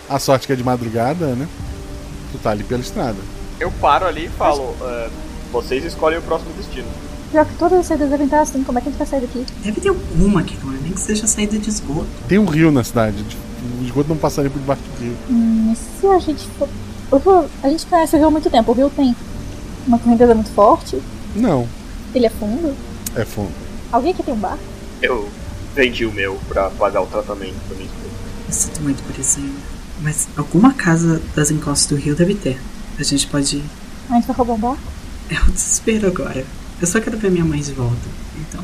A sorte que é de madrugada, né? Tu tá ali pela estrada. Eu paro ali e falo: ah, vocês escolhem o próximo destino. Pior que todas as saídas devem estar assim, como é que a gente vai sair daqui? Deve ter alguma que não é, nem que seja saída de esgoto. Tem um rio na cidade, o esgoto não passaria por debaixo do rio. Hum, se a gente for. Eu vou- A gente conhece o rio há muito tempo. O rio tem uma correnteza muito forte, Não, ele é fundo. é fundo. Alguém aqui tem um bar? Eu vendi o meu pra pagar o tratamento da minha esposa. Eu sinto muito por isso ainda. Mas alguma casa das encostas do rio deve ter. A gente pode ir. A gente vai roubar um bar? É o desespero agora. Eu só quero ver minha mãe de volta. Então,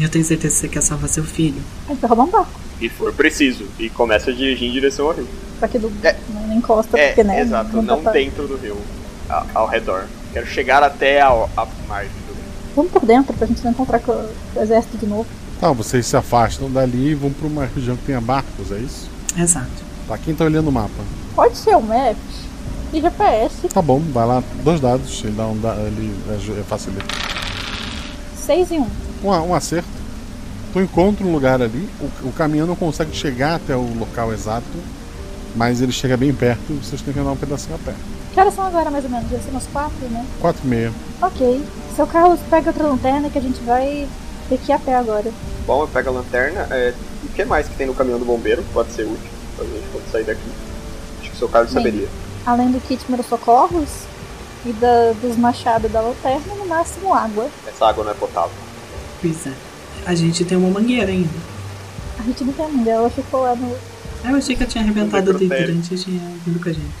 eu tenho certeza que você quer salvar seu filho. A gente vai roubar um bar. E for preciso. E começa a dirigir em direção ao rio. Só que do... não, não encosta, É, porque né? exato. dá Não pra- dentro do rio. a- ao redor. Quero chegar até a, a margem do rio. Vamos por dentro pra gente não encontrar com o exército de novo. Tá, vocês se afastam dali e vão pra uma região que tenha barcos, é isso? Exato. Tá, quem tá olhando o mapa? Pode ser um o Maps e GPS. Tá bom, vai lá, dois dados, ele dá um da, ele aju- facilita. 6 e 1. um, a- um acerto. Tu encontra um lugar ali. O, o caminhão não consegue chegar até o local exato, mas ele chega bem perto. Vocês têm que andar um pedacinho a pé. Que horas são agora, mais ou menos? Já são umas 4, né? 4 e meia. Ok. Seu Carlos, pega outra lanterna que a gente vai ter que ir a pé agora. Bom, eu pego a lanterna. É, o que mais que tem no caminhão do bombeiro? Pode ser útil pra gente quando sair daqui. Acho que o seu Carlos Bem, saberia. Além do kit primeiros socorros e da- dos machados da lanterna, no máximo água. Essa água não é potável. Pois é. A gente tem uma mangueira ainda. A gente não tem ainda, ela ficou lá no. Ah, eu achei que eu tinha arrebentado o detergente e tinha vindo com a gente.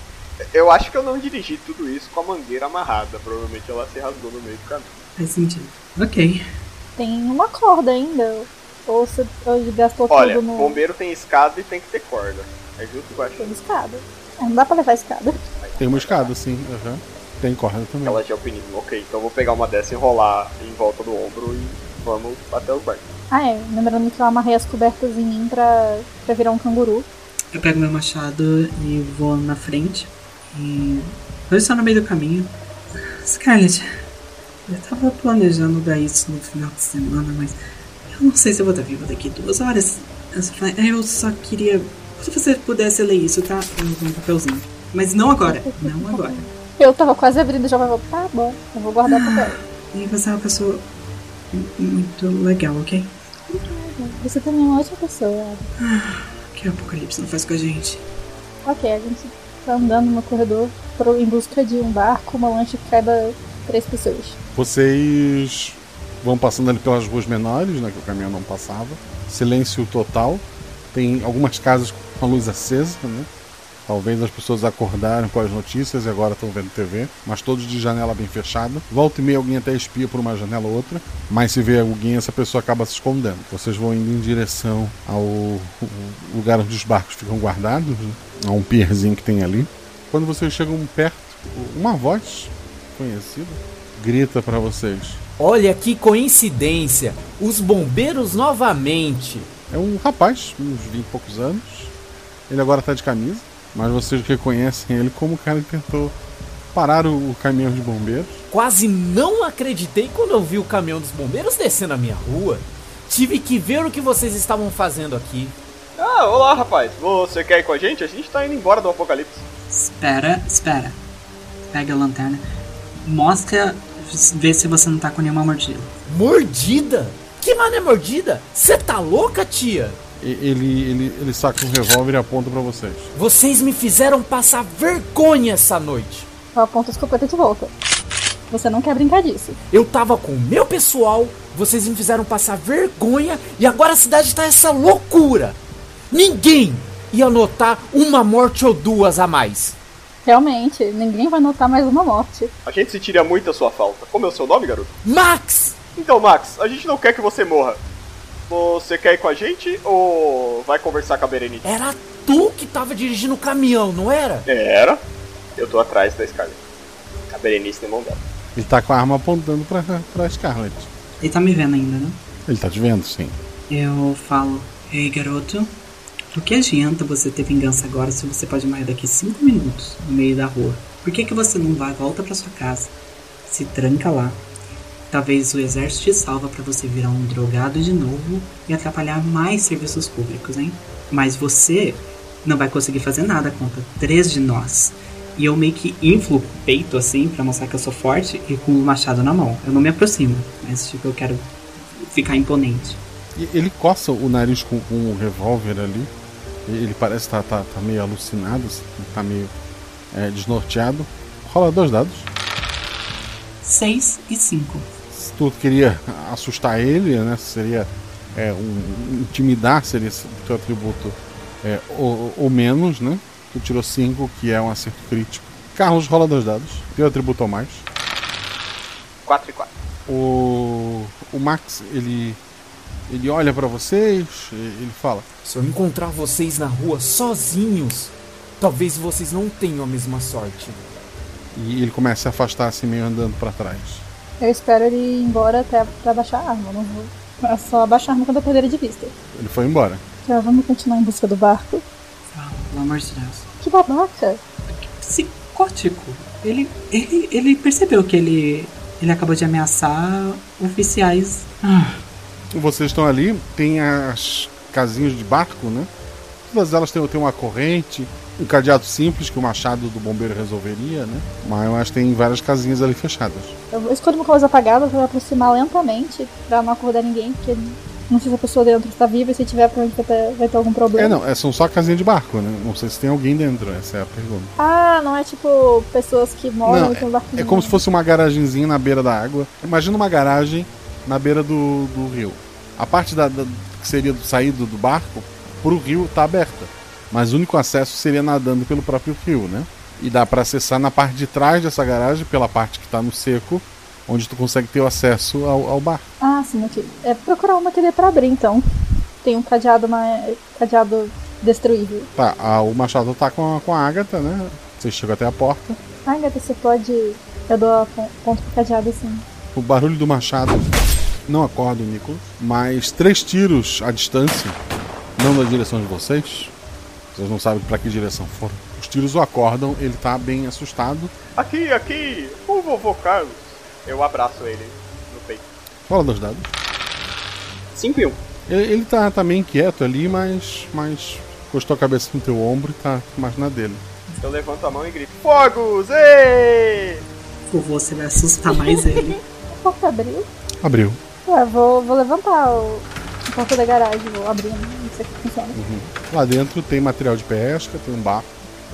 Eu acho que eu não dirigi tudo isso com a mangueira amarrada. Provavelmente ela se rasgou no meio do caminho. Faz sentido. Ok. Tem uma corda ainda. Ou você ou gastou Olha, tudo no. bombeiro tem escada e tem que ter corda. É justo que eu acho. Tem escada. Ah, Não dá pra levar escada. Tem uma escada, sim. aham. Tem corda também. Ela já opinião. Ok, então eu vou pegar uma dessa, enrolar em volta do ombro e vamos até o quarto. Ah, é. Lembrando que eu amarrei as cobertas em mim pra, pra virar um canguru. Eu pego meu machado e vou na frente. E. Eu estou no meio do caminho. Scarlett, eu tava planejando dar isso no final de semana, mas eu não sei se eu vou estar viva daqui duas horas. Eu só, falei, eu só queria. Se você pudesse ler isso, tá? Um papelzinho. Mas não agora. Não agora. Eu tava quase abrindo já vai voltar. Tá bom, eu vou guardar o papel. E você é uma pessoa mu- muito legal, ok? Você também é uma ótima pessoa. Adam. Que o apocalipse não faz com a gente. Ok, a gente tá andando no corredor pro- em busca de um barco, uma lancha que caiba três pessoas. Vocês vão passando ali pelas ruas menores, né, que o caminhão não passava. Silêncio total. Tem algumas casas com a luz acesa, né? Talvez as pessoas acordaram com as notícias e agora estão vendo TV, mas todos de janela bem fechada. Volta e meia alguém até espia por uma janela ou outra, mas se vê alguém, essa pessoa acaba se escondendo. Vocês vão indo em direção ao ao lugar onde os barcos ficam guardados, né? a um pierzinho que tem ali. Quando vocês chegam perto, uma voz conhecida grita pra vocês. Olha que coincidência! Os bombeiros novamente! É um rapaz, uns 20 e poucos anos. Ele agora tá de camisa, mas vocês reconhecem ele como o cara que tentou parar o, o caminhão de bombeiros. Quase não acreditei quando eu vi o caminhão dos bombeiros descendo a minha rua. Tive que ver o que vocês estavam fazendo aqui. Ah, olá rapaz, você quer ir com a gente? A gente tá indo embora do apocalipse. Espera, espera. Pega a lanterna. Mostra, vê se você não tá com nenhuma mordida. Mordida? Que mané mordida? Você tá louca, tia? E- ele, ele, ele saca um revólver e aponta pra vocês. Vocês me fizeram passar vergonha essa noite. Eu aponto os copetas de volta. Você não quer brincar disso. Eu tava com o meu pessoal, vocês me fizeram passar vergonha e agora a cidade tá essa loucura. Ninguém ia notar uma morte ou duas a mais. Realmente, ninguém vai notar mais uma morte. A gente sentiria muito a sua falta. Como é o seu nome, garoto? Max! Então, Max, a gente não quer que você morra. Você quer ir com a gente ou vai conversar com a Berenice? Era tu que tava dirigindo o caminhão, não era? Era. Eu tô atrás da Scarlett. A Berenice na mão dela. Ele tá com a arma apontando pra, pra Scarlett. Ele tá me vendo ainda, né? Ele tá te vendo, sim. Eu falo, ei garoto, do que adianta você ter vingança agora se você pode morrer daqui cinco minutos no meio da rua? Por que, que você não vai, volta pra sua casa, se tranca lá? Talvez o exército te salva pra você virar um drogado de novo e atrapalhar mais serviços públicos, hein? Mas você não vai conseguir fazer nada contra três de nós. E eu meio que inflo o peito assim pra mostrar que eu sou forte e com o machado na mão. Eu não me aproximo, mas tipo, eu quero ficar imponente. E ele coça o nariz com, com o revólver ali. E Ele parece tá, tá, tá meio alucinado, assim, tá meio é, desnorteado. Rola dois dados. 6 e 5. Se tu queria assustar ele, né? Seria é, um, intimidar, seria esse o teu atributo é, ou, ou menos, né? Tu tirou 5, que é um acerto crítico. Carlos, rola dois dados. Teu atributo ou mais. 4 e 4. O, o Max, ele, ele olha pra vocês, e- ele fala: Se eu encontrar vocês na rua sozinhos, talvez vocês não tenham a mesma sorte. E ele começa a se afastar assim, meio andando pra trás. Eu espero ele ir embora até pra baixar a arma. Não vou. É só abaixar a arma quando eu perder ele de vista. Ele foi embora. Já vamos continuar em busca do barco. Ah, Pelo amor de Deus. Que babaca! Psicótico. Ele, ele, ele percebeu que ele, ele acabou de ameaçar oficiais. Ah, Vocês estão ali, tem as casinhas de barco, né? Todas elas têm, têm uma corrente, um cadeado simples que o machado do bombeiro resolveria, né? Mas, mas tem várias casinhas ali fechadas. Eu escolho uma coisa apagada pra me aproximar lentamente, pra não acordar ninguém, porque não sei se a pessoa dentro está viva e se tiver, provavelmente vai ter- vai ter algum problema. É, não, é, são só casinha de barco, né? Não sei se tem alguém dentro, essa é a pergunta. Ah, não é tipo pessoas que moram Não, e tem um barquinho. É como se fosse uma garagenzinha na beira da água. Imagina uma garagem na beira do, do rio. A parte da, da- que seria do saído do barco pro rio tá aberta. Mas o único acesso seria nadando pelo próprio rio, né? E dá para acessar na parte de trás dessa garagem, pela parte que tá no seco, onde tu consegue ter o acesso ao, ao barco. Ah, sim, aqui. É procurar uma que dê pra abrir, então. Tem um cadeado, mais cadeado destruível. Tá, a- o Machado tá com a, com a Agatha, né? Você chega até a porta. Ai, gata, você pode. Eu dou a pon- ponto pro cadeado assim. O barulho do machado não acorda o Nicolas, mas três tiros à distância, não na direção de vocês. Vocês não sabem pra que direção foram. Os tiros o acordam, ele tá bem assustado. Aqui, aqui, o vovô Carlos. Eu abraço ele no peito. um. Fala dos dados. 5 e 1. Ele, ele tá, tá meio inquieto ali, mas, mas encostou a cabeça no teu ombro e tá mais na dele. Eu levanto a mão e grito: Fogos! Ê! Vovô, você vai assustar mais ele. A porta abriu? Abriu. Ué, vou, vou levantar o. A porta da garagem, vou abrindo, não sei como funciona. Lá dentro tem material de pesca, tem um barco,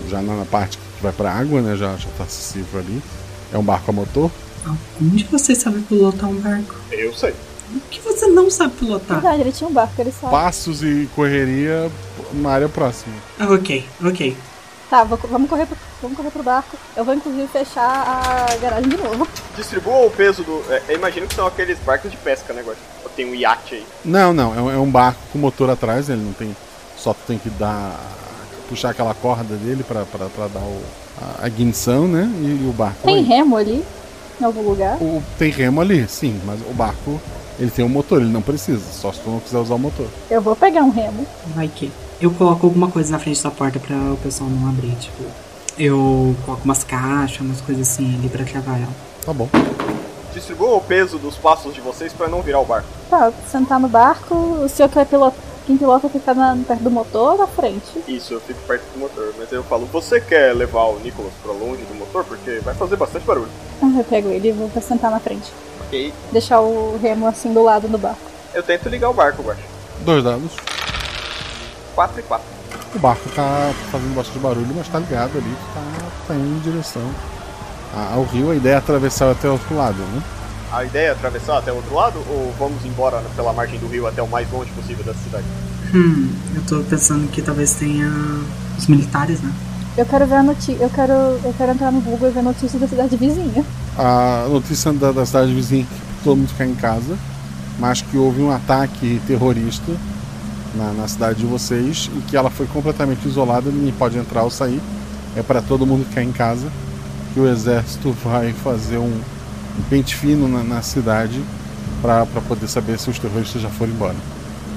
já na na parte que vai pra água, né? Já, já tá acessível ali. É um barco a motor. Onde você sabe pilotar um barco? Eu sei. O que você não sabe pilotar? Verdade, ele tinha um barco, ele sabe. Passos e correria na área próxima. Ah, ok, ok. Tá, vou- vamos, correr pro, vamos correr pro barco. Eu vou inclusive fechar a garagem de novo. Distribua o peso do. é, eu imagino que são aqueles barcos de pesca, né, Guaxa? Tem um iate aí. Não, não, é um, é um barco com motor atrás, ele não tem. Só tem que dar. puxar aquela corda dele pra, pra, pra dar o, a, a guinção, né? E, e o barco. Tem aí. remo ali, em algum lugar. O- tem remo ali, sim, mas o barco ele tem um motor, ele não precisa, só se tu não quiser usar o motor. Eu vou pegar um remo. Vai que. Eu coloco alguma coisa na frente da porta pra o pessoal não abrir, tipo. Eu coloco umas caixas, umas coisas assim ali pra travar ela. Tá bom. Distribua o peso dos passos de vocês pra não virar o barco. Tá, sentar no barco, o senhor que vai pilotar. Quem pilota fica na, perto do motor ou na frente? Isso, eu fico perto do motor, mas eu falo: Você quer levar o Nicholas pra longe do motor? Porque vai fazer bastante barulho. Ah, eu pego ele e vou sentar na frente. Ok. Deixar o remo assim do lado do barco. Eu tento ligar o barco, Guaxa. Dois dados. 4 e 4. O barco tá fazendo bastante barulho, mas tá ligado ali, tá, tá indo em direção a- ao rio. A ideia é atravessar até o outro lado, né? A ideia é atravessar até o outro lado ou vamos embora pela margem do rio até o mais longe possível da cidade? Hum, eu tô pensando que talvez tenha os militares, né? Eu quero ver a notícia. Eu quero. Eu quero entrar no Google e ver notícias da cidade vizinha. a notícia da, da cidade vizinha que todo mundo ficar em casa, mas que houve um ataque terrorista na, na cidade de vocês e que ela foi completamente isolada, ninguém pode entrar ou sair. É para todo mundo ficar em casa que o exército vai fazer um, um pente fino na, na cidade para poder saber se os terroristas já foram embora.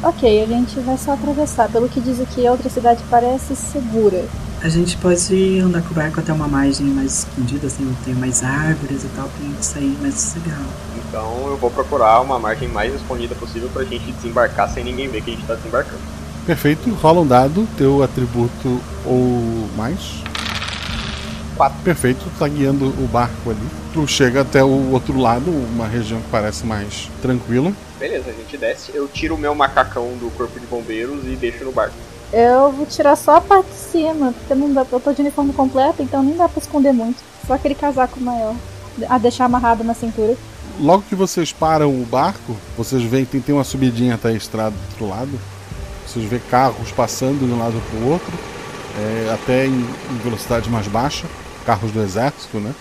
Ok, a gente vai só atravessar. Pelo que diz aqui, a outra cidade parece segura. A gente pode andar com o barco até uma margem mais escondida, assim, tem mais árvores e tal, pra gente sair mais sossegado. Então eu vou procurar uma margem mais escondida possível pra gente desembarcar sem ninguém ver que a gente tá desembarcando. Perfeito, rola um dado, teu atributo ou mais. Quatro. Perfeito, tu tá guiando o barco ali. Tu chega até o outro lado, uma região que parece mais tranquila. Beleza, a gente desce. Eu tiro o meu macacão do corpo de bombeiros e deixo no barco. Eu vou tirar só a parte de cima, porque não dá, eu tô de uniforme completo, então nem dá pra esconder muito. Só aquele casaco maior, a deixar amarrado na cintura. Logo que vocês param o barco, vocês veem que tem uma subidinha até a estrada do outro lado. Vocês vê carros passando de um lado para o outro, é, até em, em velocidade mais baixa. Carros do exército, né?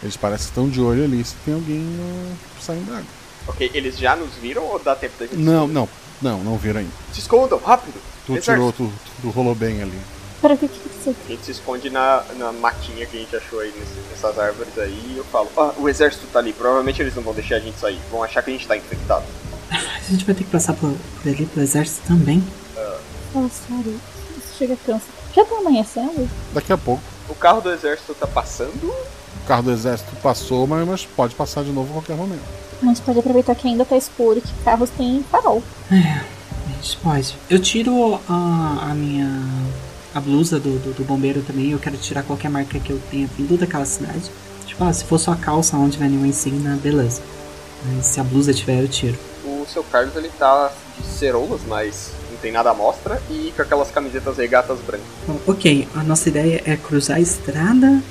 Eles parecem que estão de olho ali se tem alguém eh, saindo da água. Ok, eles já nos viram ou dá tempo da gente? Não, não, não, não viram ainda. Se escondam, rápido! Tu Exército. tirou, tu, tu rolou bem ali. Pera, o que que é isso aqui? A gente se esconde na, na matinha que a gente achou aí nesse- nessas árvores aí e eu falo, ah, o exército tá ali, provavelmente eles não vão deixar a gente sair, vão achar que a gente tá infectado. A gente vai ter que passar por, por ali, pro exército também. Fala sério, isso chega cansa. Já tá amanhecendo? Daqui a pouco, O carro do exército tá passando? o carro do exército passou, mas, mas pode passar de novo a qualquer momento. A gente pode aproveitar que ainda tá escuro e que carros têm farol. A gente pode. Eu tiro a, a minha a blusa do, do, do bombeiro também, eu quero tirar qualquer marca que eu tenha vindo daquela cidade. Tipo, ah, se for só a calça onde tiver nenhuma insignia, beleza. Mas se a blusa tiver, eu tiro. O seu Carlos ele tá de ceroulas, mas não tem nada à mostra, e com aquelas camisetas regatas brancas. Bom, ok, a nossa ideia é cruzar a estrada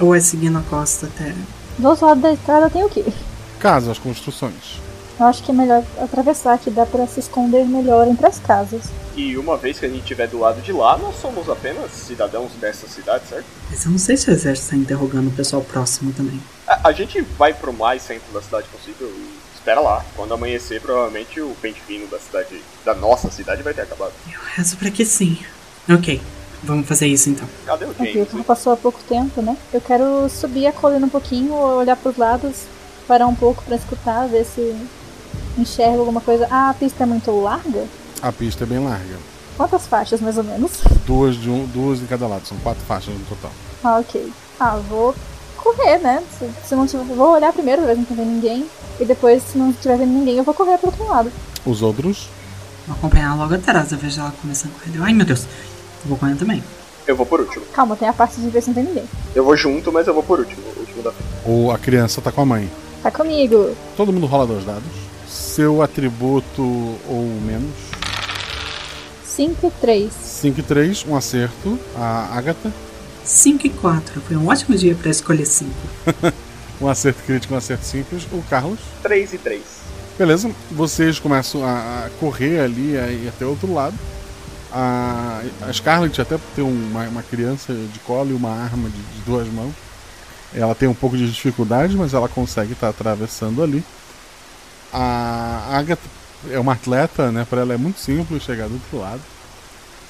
ou é seguir na costa até. Do outro lado da estrada tem o quê? Casas, construções. Eu acho que é melhor atravessar, que dá pra se esconder melhor entre as casas. E uma vez que a gente estiver do lado de lá, nós somos apenas cidadãos dessa cidade, certo? Mas eu não sei se o exército está interrogando o pessoal próximo também. A, a gente vai pro mais centro da cidade possível e espera lá. Quando amanhecer, provavelmente o pente fino da cidade, da nossa cidade, vai ter acabado. Eu rezo pra que sim. Ok, vamos fazer isso então. Cadê o Ok, James? como passou há pouco tempo, né? Eu quero subir a colina um pouquinho, olhar pros lados, parar um pouco pra escutar, ver se enxergo alguma coisa. Ah, a pista é muito larga? A pista é bem larga. Quantas faixas, mais ou menos? Duas de, um, duas de cada lado, são quatro faixas no total. Ah, ok. Ah, vou correr, né? Se, se não tiver, vou olhar primeiro, ver se não tiver ninguém. E depois, se não tiver vendo ninguém, eu vou correr pro outro lado. Os outros? Vou acompanhar logo atrás, eu vejo ela começando a correr. Eu, Ai meu Deus, eu vou correndo também. Eu vou por último. Calma, tem a parte de ver se não tem ninguém. Eu vou junto, mas eu vou por último. O último da frente. Ou a criança tá com a mãe. Tá comigo. Todo mundo rola dois dados. Seu atributo ou menos. 5 e 3. 5 e 3, um acerto. A Agatha. 5 e 4, foi um ótimo dia pra escolher 5. um acerto crítico, um acerto simples. O Carlos. 3 e 3. Beleza, vocês começam a a correr ali a ir até o outro lado. A, a Scarlet até tem um, uma, uma criança de colo e uma arma de, de duas mãos. Ela tem um pouco de dificuldade, mas ela consegue estar atravessando ali. A Agatha é uma atleta, né? Para ela é muito simples chegar do outro lado.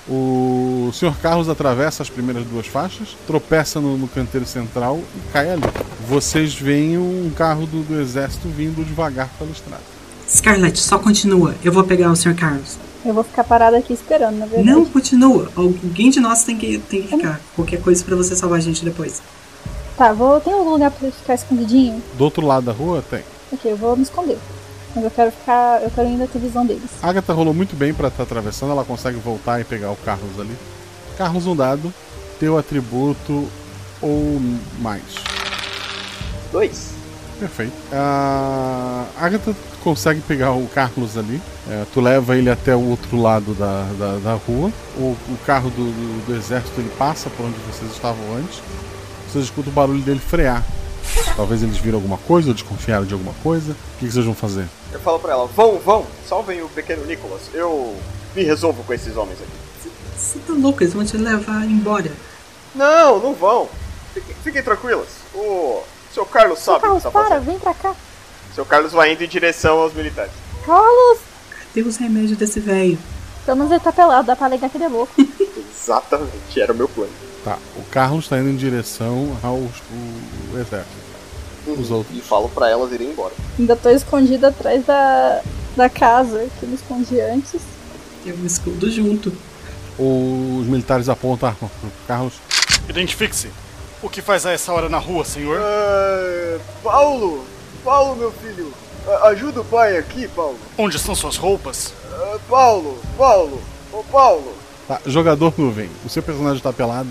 O Sr. Carlos atravessa as primeiras duas faixas, tropeça no, no canteiro central e cai ali. Vocês veem um carro do, do exército vindo devagar pela estrada. Scarlett, só continua, eu vou pegar o Sr. Carlos. Eu vou ficar parada aqui esperando, na verdade. Não, continua, alguém de nós tem que, tem que ficar. Qualquer coisa pra você salvar a gente depois. Tá, vou. Tem algum lugar pra eu ficar escondidinho? Do outro lado da rua tem. Ok, eu vou me esconder. Mas eu quero ficar. Eu quero ainda ter visão deles. A Agatha rolou muito bem pra estar atravessando, ela consegue voltar e pegar o Carlos ali. Carlos, um dado, teu atributo ou mais. Dois. Perfeito. A Agatha consegue pegar o Carlos ali. É, tu leva ele até o outro lado da, da, da rua. O, o carro do, do, do exército ele passa por onde vocês estavam antes. Vocês escutam o barulho dele frear. Talvez eles viram alguma coisa ou desconfiaram de alguma coisa. O que que vocês vão fazer? Eu falo pra ela, vão, vão, salvem o pequeno Nicholas. Eu me resolvo com esses homens aqui. Você tá louco, eles vão te levar embora. Não, não vão. Fiquem, fiquem tranquilas. O seu Carlos sabe o que Carlos, está para, fazendo. vem pra cá. Seu Carlos vai indo em direção aos militares. Carlos! Cadê os remédios desse velho? Pelo menos ele tá pelado, dá pra alegar que ele é louco. Exatamente, era o meu plano. Tá, o Carlos está indo em direção ao o exército. Os outros. E falo pra elas irem embora. ainda tô escondida atrás da, da casa que eu me escondi antes. Eu me escondo junto. Os militares apontam a arma pro Carlos. Identifique-se. O que faz a essa hora na rua, senhor? É, Paulo! Paulo, meu filho! a- Ajuda o pai aqui, Paulo! Onde estão suas roupas? É, Paulo! Paulo! Ô, Paulo! Tá, jogador nuvem, o seu personagem tá pelado.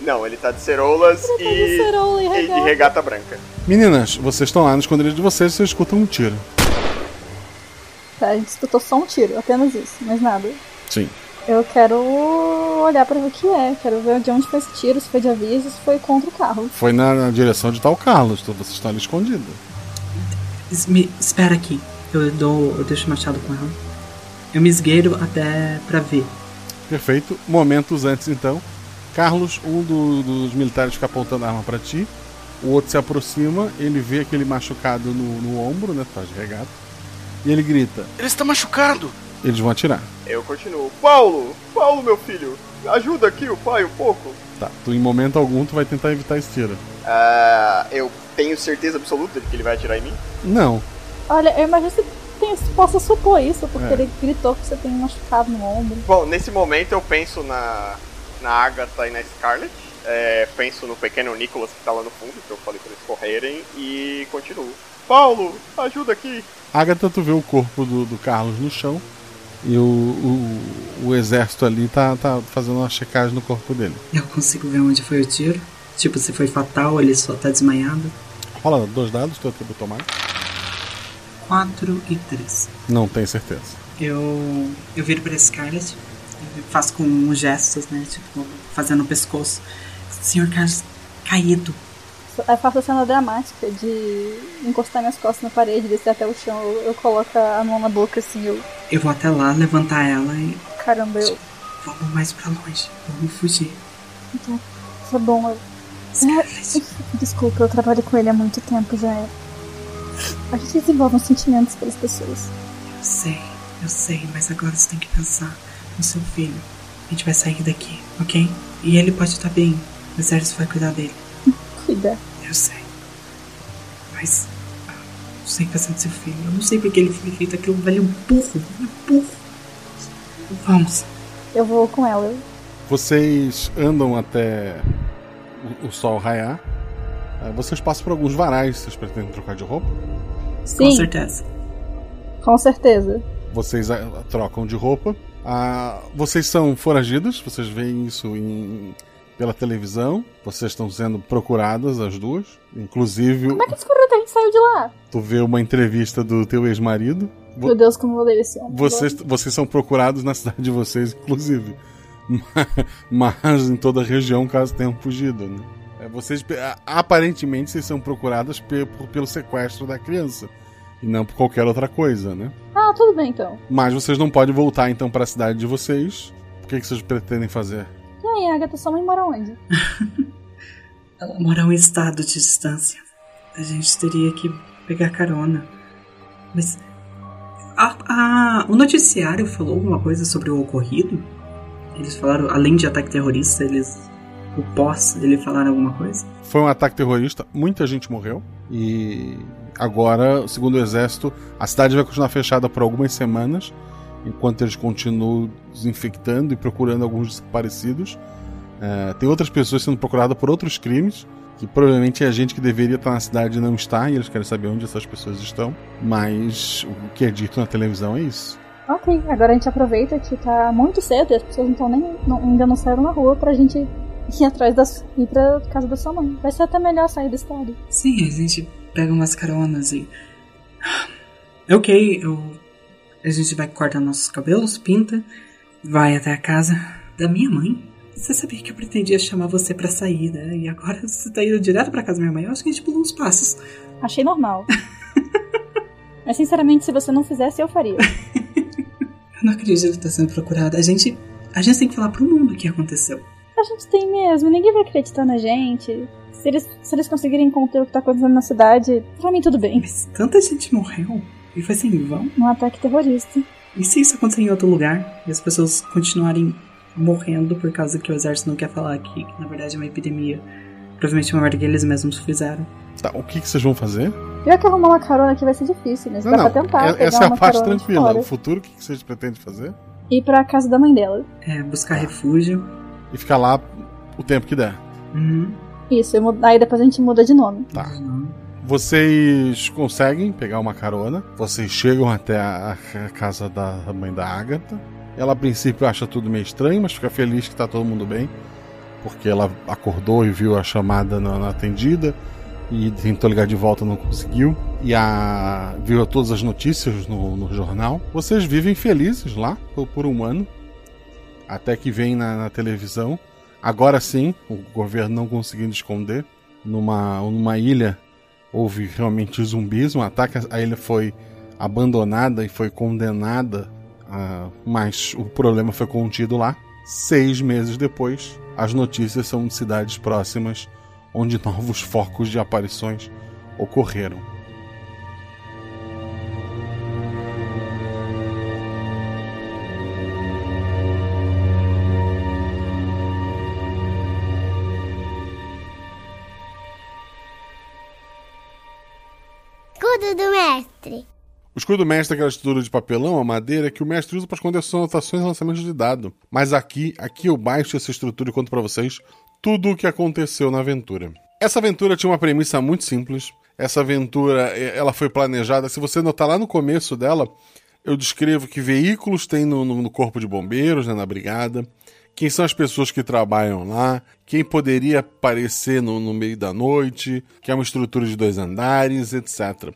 Não, ele tá de ceroulas e, de ceroula e e- e regata. regata branca. Meninas, vocês estão lá no esconderijo de vocês e vocês escutam um tiro. Tá, a gente escutou só um tiro, apenas isso, mais nada. Sim. Eu quero olhar pra ver o que é, quero ver de onde foi esse tiro, se foi de aviso, se foi contra o carro. Foi na, na direção de tal Carlos, então vocês estão ali escondidos. Es- Me, espera aqui. Eu dou. Eu deixo o machado com ela. Eu me esgueiro até pra ver. Perfeito. Momentos antes, então. Carlos, um do- dos militares fica apontando a arma pra ti. O outro se aproxima, ele vê aquele machucado no, no ombro, né? Faz de regata. E ele grita. Ele está machucado. Eles vão atirar. Eu continuo. Paulo! Paulo, meu filho! Ajuda aqui o pai um pouco! Tá, tu em momento algum tu vai tentar evitar esse tiro. Ah, eu tenho certeza absoluta de que ele vai atirar em mim? Não. Olha, eu imagino que você tem- você possa supor isso, porque É. ele gritou que você tem um machucado no ombro. Bom, nesse momento eu penso na, na Agatha e na Scarlet. É, penso no pequeno Nicholas que tá lá no fundo, que eu falei pra eles correrem, e continuo. Paulo, ajuda aqui! Agatha, tu vê o corpo do, do Carlos no chão. E o, o, o exército ali tá, tá fazendo uma checagem no corpo dele. Eu consigo ver onde foi o tiro. Tipo, se foi fatal, ele só tá desmaiado. Rola dois dados, teu atributo mais. 4 e 3. Não tenho certeza. Eu, eu viro pra Scarlett, eu faço com uns gestos, né? Tipo, fazendo o pescoço. Senhor Carlos, caído. Eu faço É a cena dramática de encostar minhas costas na parede, descer até o chão. Eu, eu coloco a mão na boca assim. Eu, Eu vou até lá, levantar ela e. caramba, eu. Vamos mais pra longe, vamos fugir. Então, tá bom. Eu... É, Desculpa, eu trabalho com ele há muito tempo já. é. A gente desenvolve uns sentimentos pelas pessoas. Eu sei, eu sei, mas agora você tem que pensar no seu filho. A gente vai sair daqui, ok? E ele pode estar bem, o exército vai cuidar dele. Cuida. Eu sei. Mas. ah, Eu sei que vai ser do seu filho. Eu não sei porque ele foi feito aquilo, velho. É um burro, ele é burro. Vamos. Eu vou com ela. eu- Vocês andam até o, o sol raiar. Aí Vocês passam por alguns varais. Vocês pretendem trocar de roupa? Sim. certeza. Com certeza. Vocês ah, trocam de roupa. Ah, vocês são foragidos. Vocês veem isso em- pela televisão. Vocês estão sendo procuradas, as duas. Inclusive, Como é que descobriu que a gente saiu de lá? tu vê uma entrevista do teu ex-marido. Vo- Meu Deus, como eu odeio esse homem. Vocês, vocês são procurados na cidade de vocês, inclusive. Mas, mas em toda a região, caso tenham fugido, né? É, Vocês, pe- a- aparentemente, vocês são procuradas pe- por- pelo sequestro da criança. E não por qualquer outra coisa, né? Ah, tudo bem então. Mas vocês não podem voltar, então, para a cidade de vocês. O que, que vocês pretendem fazer? E aí, a Agatha, sua mãe mora onde? Ela mora a um estado de distância. A gente teria que pegar carona. Mas. a- a- o noticiário falou alguma coisa sobre o ocorrido? Eles falaram, além de ataque terrorista, eles. O pós, ele falaram alguma coisa? Foi um ataque terrorista, muita gente morreu. E agora, segundo o exército, a cidade vai continuar fechada por algumas semanas, enquanto eles continuam desinfectando e procurando alguns desaparecidos. É, tem outras pessoas sendo procuradas por outros crimes, que provavelmente é gente que deveria estar na cidade e não está, e eles querem saber onde essas pessoas estão. Mas o que é dito na televisão é isso. Ok, agora a gente aproveita que tá muito cedo e as pessoas não estão nem não- ainda não saíram na rua pra gente ir atrás das. ir pra casa da sua mãe. Vai ser até melhor sair do estado. Sim, a gente pega umas caronas e. ah, Ok, eu... a gente vai cortar nossos cabelos, pinta, vai até a casa da minha mãe. Você sabia que eu pretendia chamar você pra sair, né? E agora você tá indo direto pra casa da minha mãe. Eu acho que a gente pulou uns passos. Achei normal. Mas sinceramente, se você não fizesse, eu faria. Eu não acredito que tá sendo procurada. A gente. A gente tem que falar pro mundo o que aconteceu. A gente tem mesmo, ninguém vai acreditar na gente. Se eles, se eles conseguirem encontrar o que tá acontecendo na cidade, pra mim tudo bem. Tanta gente morreu. E foi sem vão. Um ataque terrorista. E se isso acontecer em outro lugar e as pessoas continuarem morrendo por causa que o exército não quer falar que, na verdade, é uma epidemia? Provavelmente é uma merda que eles mesmos fizeram. Tá, o que, que vocês vão fazer? Pior que arrumar uma carona aqui vai ser difícil, mas dá pra tentar. é- pegar essa é a uma parte carona de tranquila. fora. O futuro, o que, que vocês pretendem fazer? Ir pra casa da mãe dela. É, buscar refúgio. E ficar lá o tempo que der. Isso, eu mu- aí depois a gente muda de nome. Tá. Vocês conseguem pegar uma carona. Vocês chegam até a, a casa da mãe da Agatha. Ela, a princípio, acha tudo meio estranho, mas fica feliz que tá todo mundo bem. Porque ela acordou e viu a chamada não, não atendida. E tentou ligar de volta, não conseguiu. E a, viu todas as notícias no, no jornal. Vocês vivem felizes lá por- por um ano até que vem na, na televisão. Agora sim, o governo não conseguindo esconder. Numa, numa ilha houve realmente zumbis, um ataque. A ilha foi abandonada e foi condenada, ah, mas o problema foi contido lá. Seis meses depois, as notícias são de cidades próximas onde novos focos de aparições ocorreram. Escudo do mestre. O escudo do mestre é aquela estrutura de papelão, a madeira, que o mestre usa para esconder suas anotações e lançamentos de dado. Mas aqui, aqui eu baixo essa estrutura e conto para vocês tudo o que aconteceu na aventura. Essa aventura tinha uma premissa muito simples. Essa aventura, eh, ela foi planejada. Se você notar lá no começo dela, Eu descrevo que veículos tem no, no- no corpo de bombeiros, né, na brigada, quem são as pessoas que trabalham lá, quem poderia aparecer no, no meio da noite, que é uma estrutura de dois andares, etc.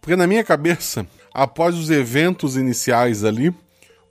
Porque na minha cabeça, após os eventos iniciais ali,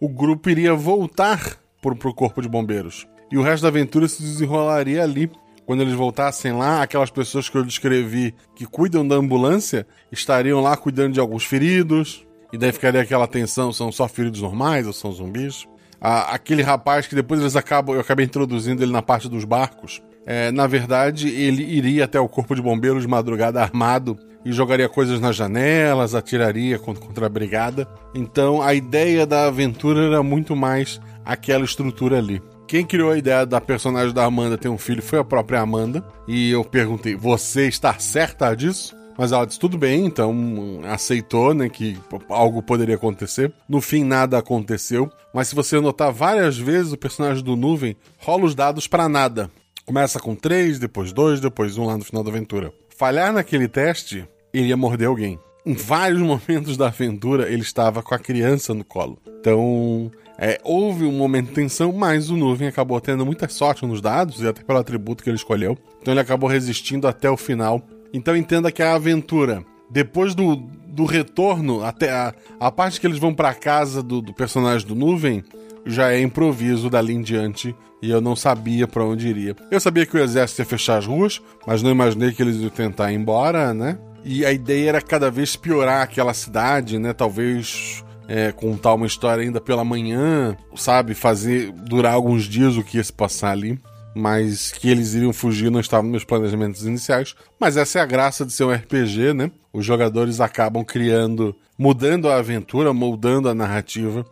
o grupo iria voltar pro, pro corpo de bombeiros. E o resto da aventura se desenrolaria ali. Quando eles voltassem lá, aquelas pessoas que eu descrevi que cuidam da ambulância estariam lá cuidando de alguns feridos. E daí ficaria aquela tensão: são só feridos normais ou são zumbis? A- aquele rapaz que depois eles acabam, eu acabei introduzindo ele na parte dos barcos. É, na verdade, ele iria até o corpo de bombeiros de madrugada armado e jogaria coisas nas janelas, atiraria con- contra a brigada. Então, a ideia da aventura era muito mais aquela estrutura ali. Quem criou a ideia da personagem da Amanda ter um filho foi a própria Amanda. E eu perguntei: você está certa disso? Mas ela disse tudo bem, então hum, aceitou, né, que p- algo poderia acontecer. No fim, nada aconteceu. Mas se você notar várias vezes, o personagem do Nuvem rola os dados pra nada. Começa com três, depois dois, depois um lá no final da aventura. Falhar naquele teste, ele ia morder alguém. Em vários momentos da aventura, ele estava com a criança no colo. Então, é, houve um momento de tensão, mas o Nuvem acabou tendo muita sorte nos dados e até pelo atributo que ele escolheu. Então, ele acabou resistindo até o final então entenda que a aventura, depois do, do retorno, até a, a parte que eles vão pra casa do, do personagem do Nuvem, já é improviso dali em diante. E eu não sabia pra onde iria. Eu sabia que o exército ia fechar as ruas, mas não imaginei que eles iam tentar ir embora, né? E a ideia era cada vez piorar aquela cidade, né? Talvez é, contar uma história ainda pela manhã, sabe? Fazer durar alguns dias o que ia se passar ali mas que eles iriam fugir não estava nos meus planejamentos iniciais. Mas essa é a graça de ser um RPG, né? Os jogadores acabam criando, mudando a aventura, moldando a narrativa.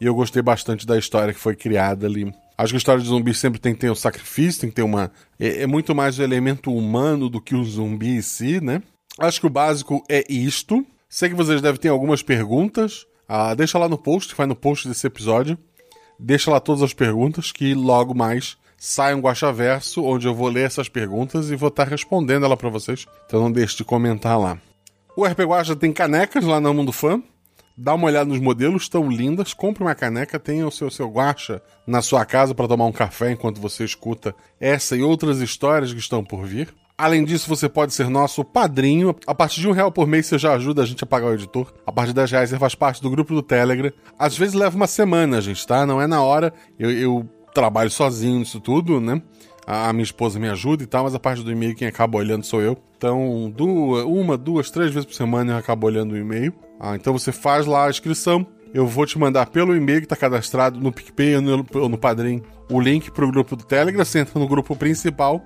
E eu gostei bastante da história que foi criada ali. Acho que a história de zumbi sempre tem que ter um sacrifício, tem que ter uma. É, é muito mais o elemento humano do que o zumbi em si, né? Acho que o básico é isto. Sei que vocês devem ter algumas perguntas. Ah, deixa lá no post, vai no post desse episódio deixa lá todas as perguntas que logo mais sai um Guaxaverso, onde eu vou ler essas perguntas e vou estar respondendo ela para vocês. Então não deixe de comentar lá. O RP Guaxa tem canecas lá no Mundo Fã. Dá uma olhada nos modelos, estão lindas. Compre uma caneca, tenha o seu, seu guacha na sua casa para tomar um café enquanto você escuta essa e outras histórias que estão por vir. Além disso, você pode ser nosso padrinho. A partir de um real por mês você já ajuda a gente a pagar o editor. A partir de 10 reais você faz parte do grupo do Telegram. Às vezes leva uma semana, gente, tá? Não é na hora. Eu, eu trabalho sozinho nisso tudo, né? A, a minha esposa me ajuda e tal, mas a parte do e-mail quem acaba olhando sou eu. Então, duas, uma, duas, três vezes por semana eu acabo olhando o e-mail. Ah, então você faz lá a inscrição. Eu vou te mandar pelo e-mail que tá cadastrado no PicPay ou no, ou no Padrim o link pro grupo do Telegram. Você entra no grupo principal.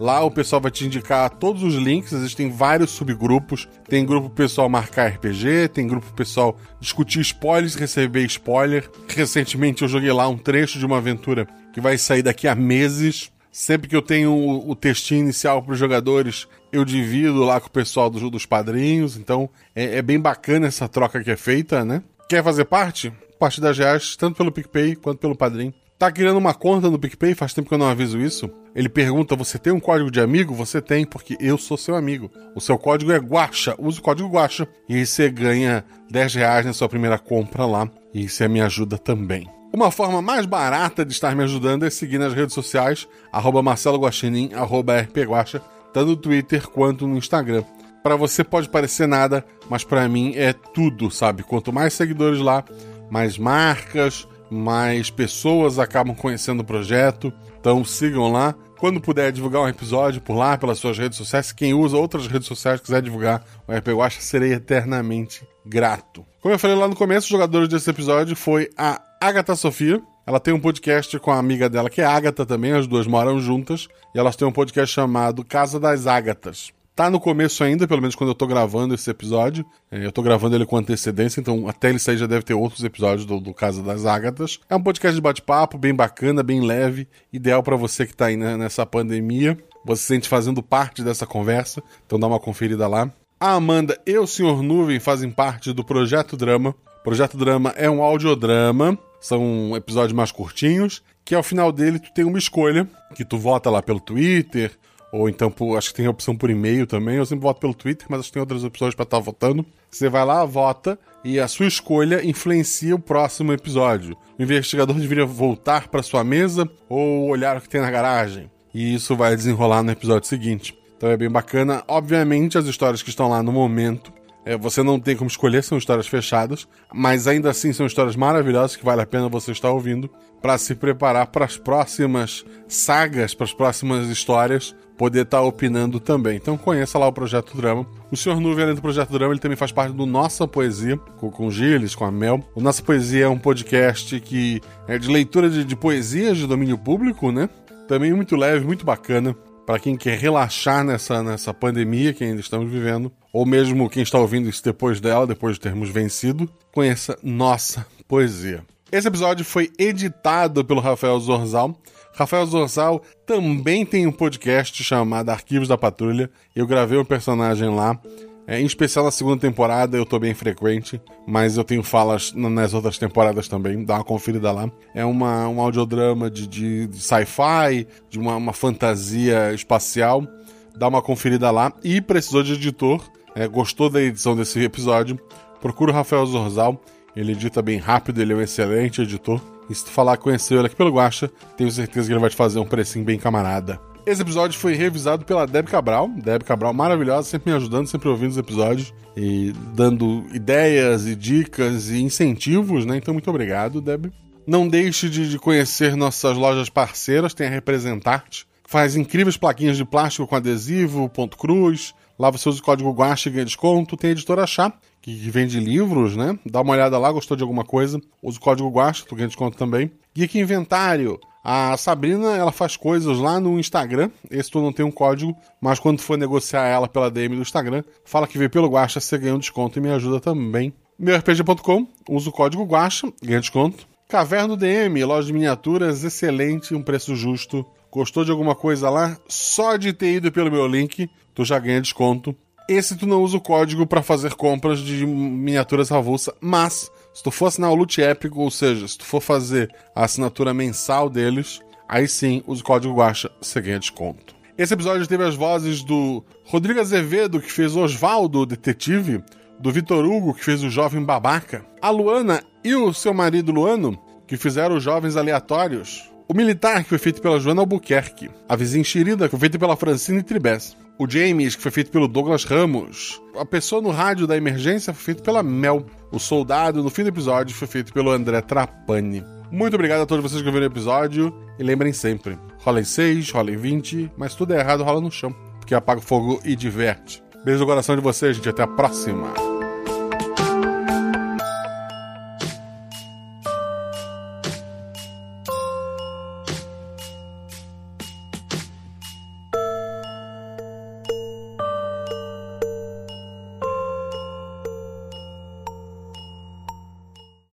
Lá o pessoal vai te indicar todos os links, existem vários subgrupos. Tem grupo pro pessoal marcar RPG, tem grupo pro pessoal discutir spoilers, receber spoiler. Recentemente eu joguei lá um trecho de uma aventura que vai sair daqui a meses. Sempre que eu tenho o, o textinho inicial para os jogadores, eu divido lá com o pessoal do- dos padrinhos. Então é, é bem bacana essa troca que é feita, né? Quer fazer parte? Parte das reais, tanto pelo PicPay quanto pelo Padrim. Tá criando uma conta no PicPay? Faz tempo que eu não aviso isso. Ele pergunta: você tem um código de amigo? Você tem, porque eu sou seu amigo. O seu código é Guacha. Usa o código Guacha. E aí você ganha 10 reais na sua primeira compra lá. E isso é minha ajuda também. Uma forma mais barata de estar me ajudando é seguir nas redes sociais, arroba Marcelo Guaxinim, arroba RPGuacha, tanto no Twitter quanto no Instagram. Pra você pode parecer nada, mas pra mim é tudo, sabe? Quanto mais seguidores lá, mais marcas, mais pessoas acabam conhecendo o projeto. Então sigam lá. Quando puder divulgar um episódio por lá, pelas suas redes sociais, quem usa outras redes sociais quiser divulgar um o RP Guacha, serei eternamente grato. Como eu falei lá no começo, os jogadores desse episódio foi a Agatha Sofia, ela tem um podcast com a amiga dela, que é Ágata também, as duas moram juntas, e elas têm um podcast chamado Casa das Ágatas. Tá no começo ainda, pelo menos quando eu tô gravando esse episódio. É, eu tô gravando ele com antecedência, então até ele sair já deve ter outros episódios do, do Casa das Ágatas. É um podcast de bate-papo, bem bacana, bem leve, ideal pra você que tá aí né, nessa pandemia. Você se sente fazendo parte dessa conversa, então dá uma conferida lá. A Amanda e o Sr. Nuvem fazem parte do Projeto Drama. Projeto Drama é um audiodrama, são episódios mais curtinhos, que ao final dele tu tem uma escolha, que tu vota lá pelo Twitter Ou então, por- acho que tem a opção por e-mail também. Eu sempre voto pelo Twitter, mas acho que tem outras opções pra estar votando. Você vai lá, vota, e a sua escolha influencia o próximo episódio. O investigador deveria voltar pra sua mesa ou olhar o que tem na garagem. E isso vai desenrolar no episódio seguinte. Então é bem bacana. Obviamente, as histórias que estão lá no momento é, você não tem como escolher, são histórias fechadas, mas ainda assim são histórias maravilhosas que vale a pena você estar ouvindo para se preparar para as próximas sagas, para as próximas histórias, poder estar opinando também. Então conheça lá o Projeto Drama. O Senhor Nuvem, além do Projeto Drama, ele também faz parte do Nossa Poesia, com, com o Gilles, com a Mel. O Nossa Poesia é um podcast que é de leitura de, de poesias de domínio público, né? Também muito leve, muito bacana para quem quer relaxar nessa, nessa pandemia que ainda estamos vivendo, ou mesmo quem está ouvindo isso depois dela, depois de termos vencido, conheça nossa poesia. Esse episódio foi editado pelo Rafael Zorzal. Rafael Zorzal também tem um podcast chamado Arquivos da Patrulha. Eu gravei um personagem lá. É, em especial na segunda temporada eu tô bem frequente, mas eu tenho falas n- nas outras temporadas também, dá uma conferida lá. É uma, um audiodrama de, de, de sci-fi, de uma, uma fantasia espacial, dá uma conferida lá. E precisou de editor, é, gostou da edição desse episódio, procura o Rafael Zorzal, ele edita bem rápido, ele é um excelente editor. E se tu falar que conheceu ele aqui pelo Guacha, tenho certeza que ele vai te fazer um precinho bem camarada. Esse episódio foi revisado pela Deb Cabral. Deb Cabral, maravilhosa, sempre me ajudando, sempre ouvindo os episódios e dando ideias e dicas e incentivos, né? Então, muito obrigado, Deb. Não deixe de, de conhecer nossas lojas parceiras, tem a Representarte, que faz incríveis plaquinhas de plástico com adesivo, ponto cruz. Lá você usa o código Guache e ganha desconto. Tem a editora Chá, que que vende livros, né? Dá uma olhada lá, gostou de alguma coisa? Usa o código Guache, tu ganha desconto também. Geek Inventário. A Sabrina, ela faz coisas lá no Instagram. Esse tu não tem um código, mas quando for negociar ela pela DM do Instagram, fala que veio pelo Guacha, você ganha um desconto e me ajuda também. MeuRPG.com, usa o código Guacha, ganha desconto. Caverno DM, loja de miniaturas, excelente, um preço justo. Gostou de alguma coisa lá? Só de ter ido pelo meu link, tu já ganha desconto. Esse tu não usa o código para fazer compras de miniaturas avulsa, mas se tu for assinar o Loot Épico, ou seja, se tu for fazer a assinatura mensal deles, aí sim, usa o código Guacha, você ganha desconto. Esse episódio teve as vozes do Rodrigo Azevedo, que fez Osvaldo, o detetive, do Vitor Hugo, que fez o jovem babaca, a Luana e o seu marido Luano, que fizeram os jovens aleatórios, o militar, que foi feito pela Joana Albuquerque, a vizinha enxerida, que foi feita pela Francine Tribes, o James, que foi feito pelo Douglas Ramos, a pessoa no rádio da emergência foi feito pela Mel, o soldado no fim do episódio foi feito pelo André Trapani. Muito obrigado a todos vocês que viram o episódio e lembrem sempre, rola em 6, rola em 20, mas tudo é errado, rola no chão, porque apaga o fogo e diverte. Beijo no coração de vocês, gente, até a próxima.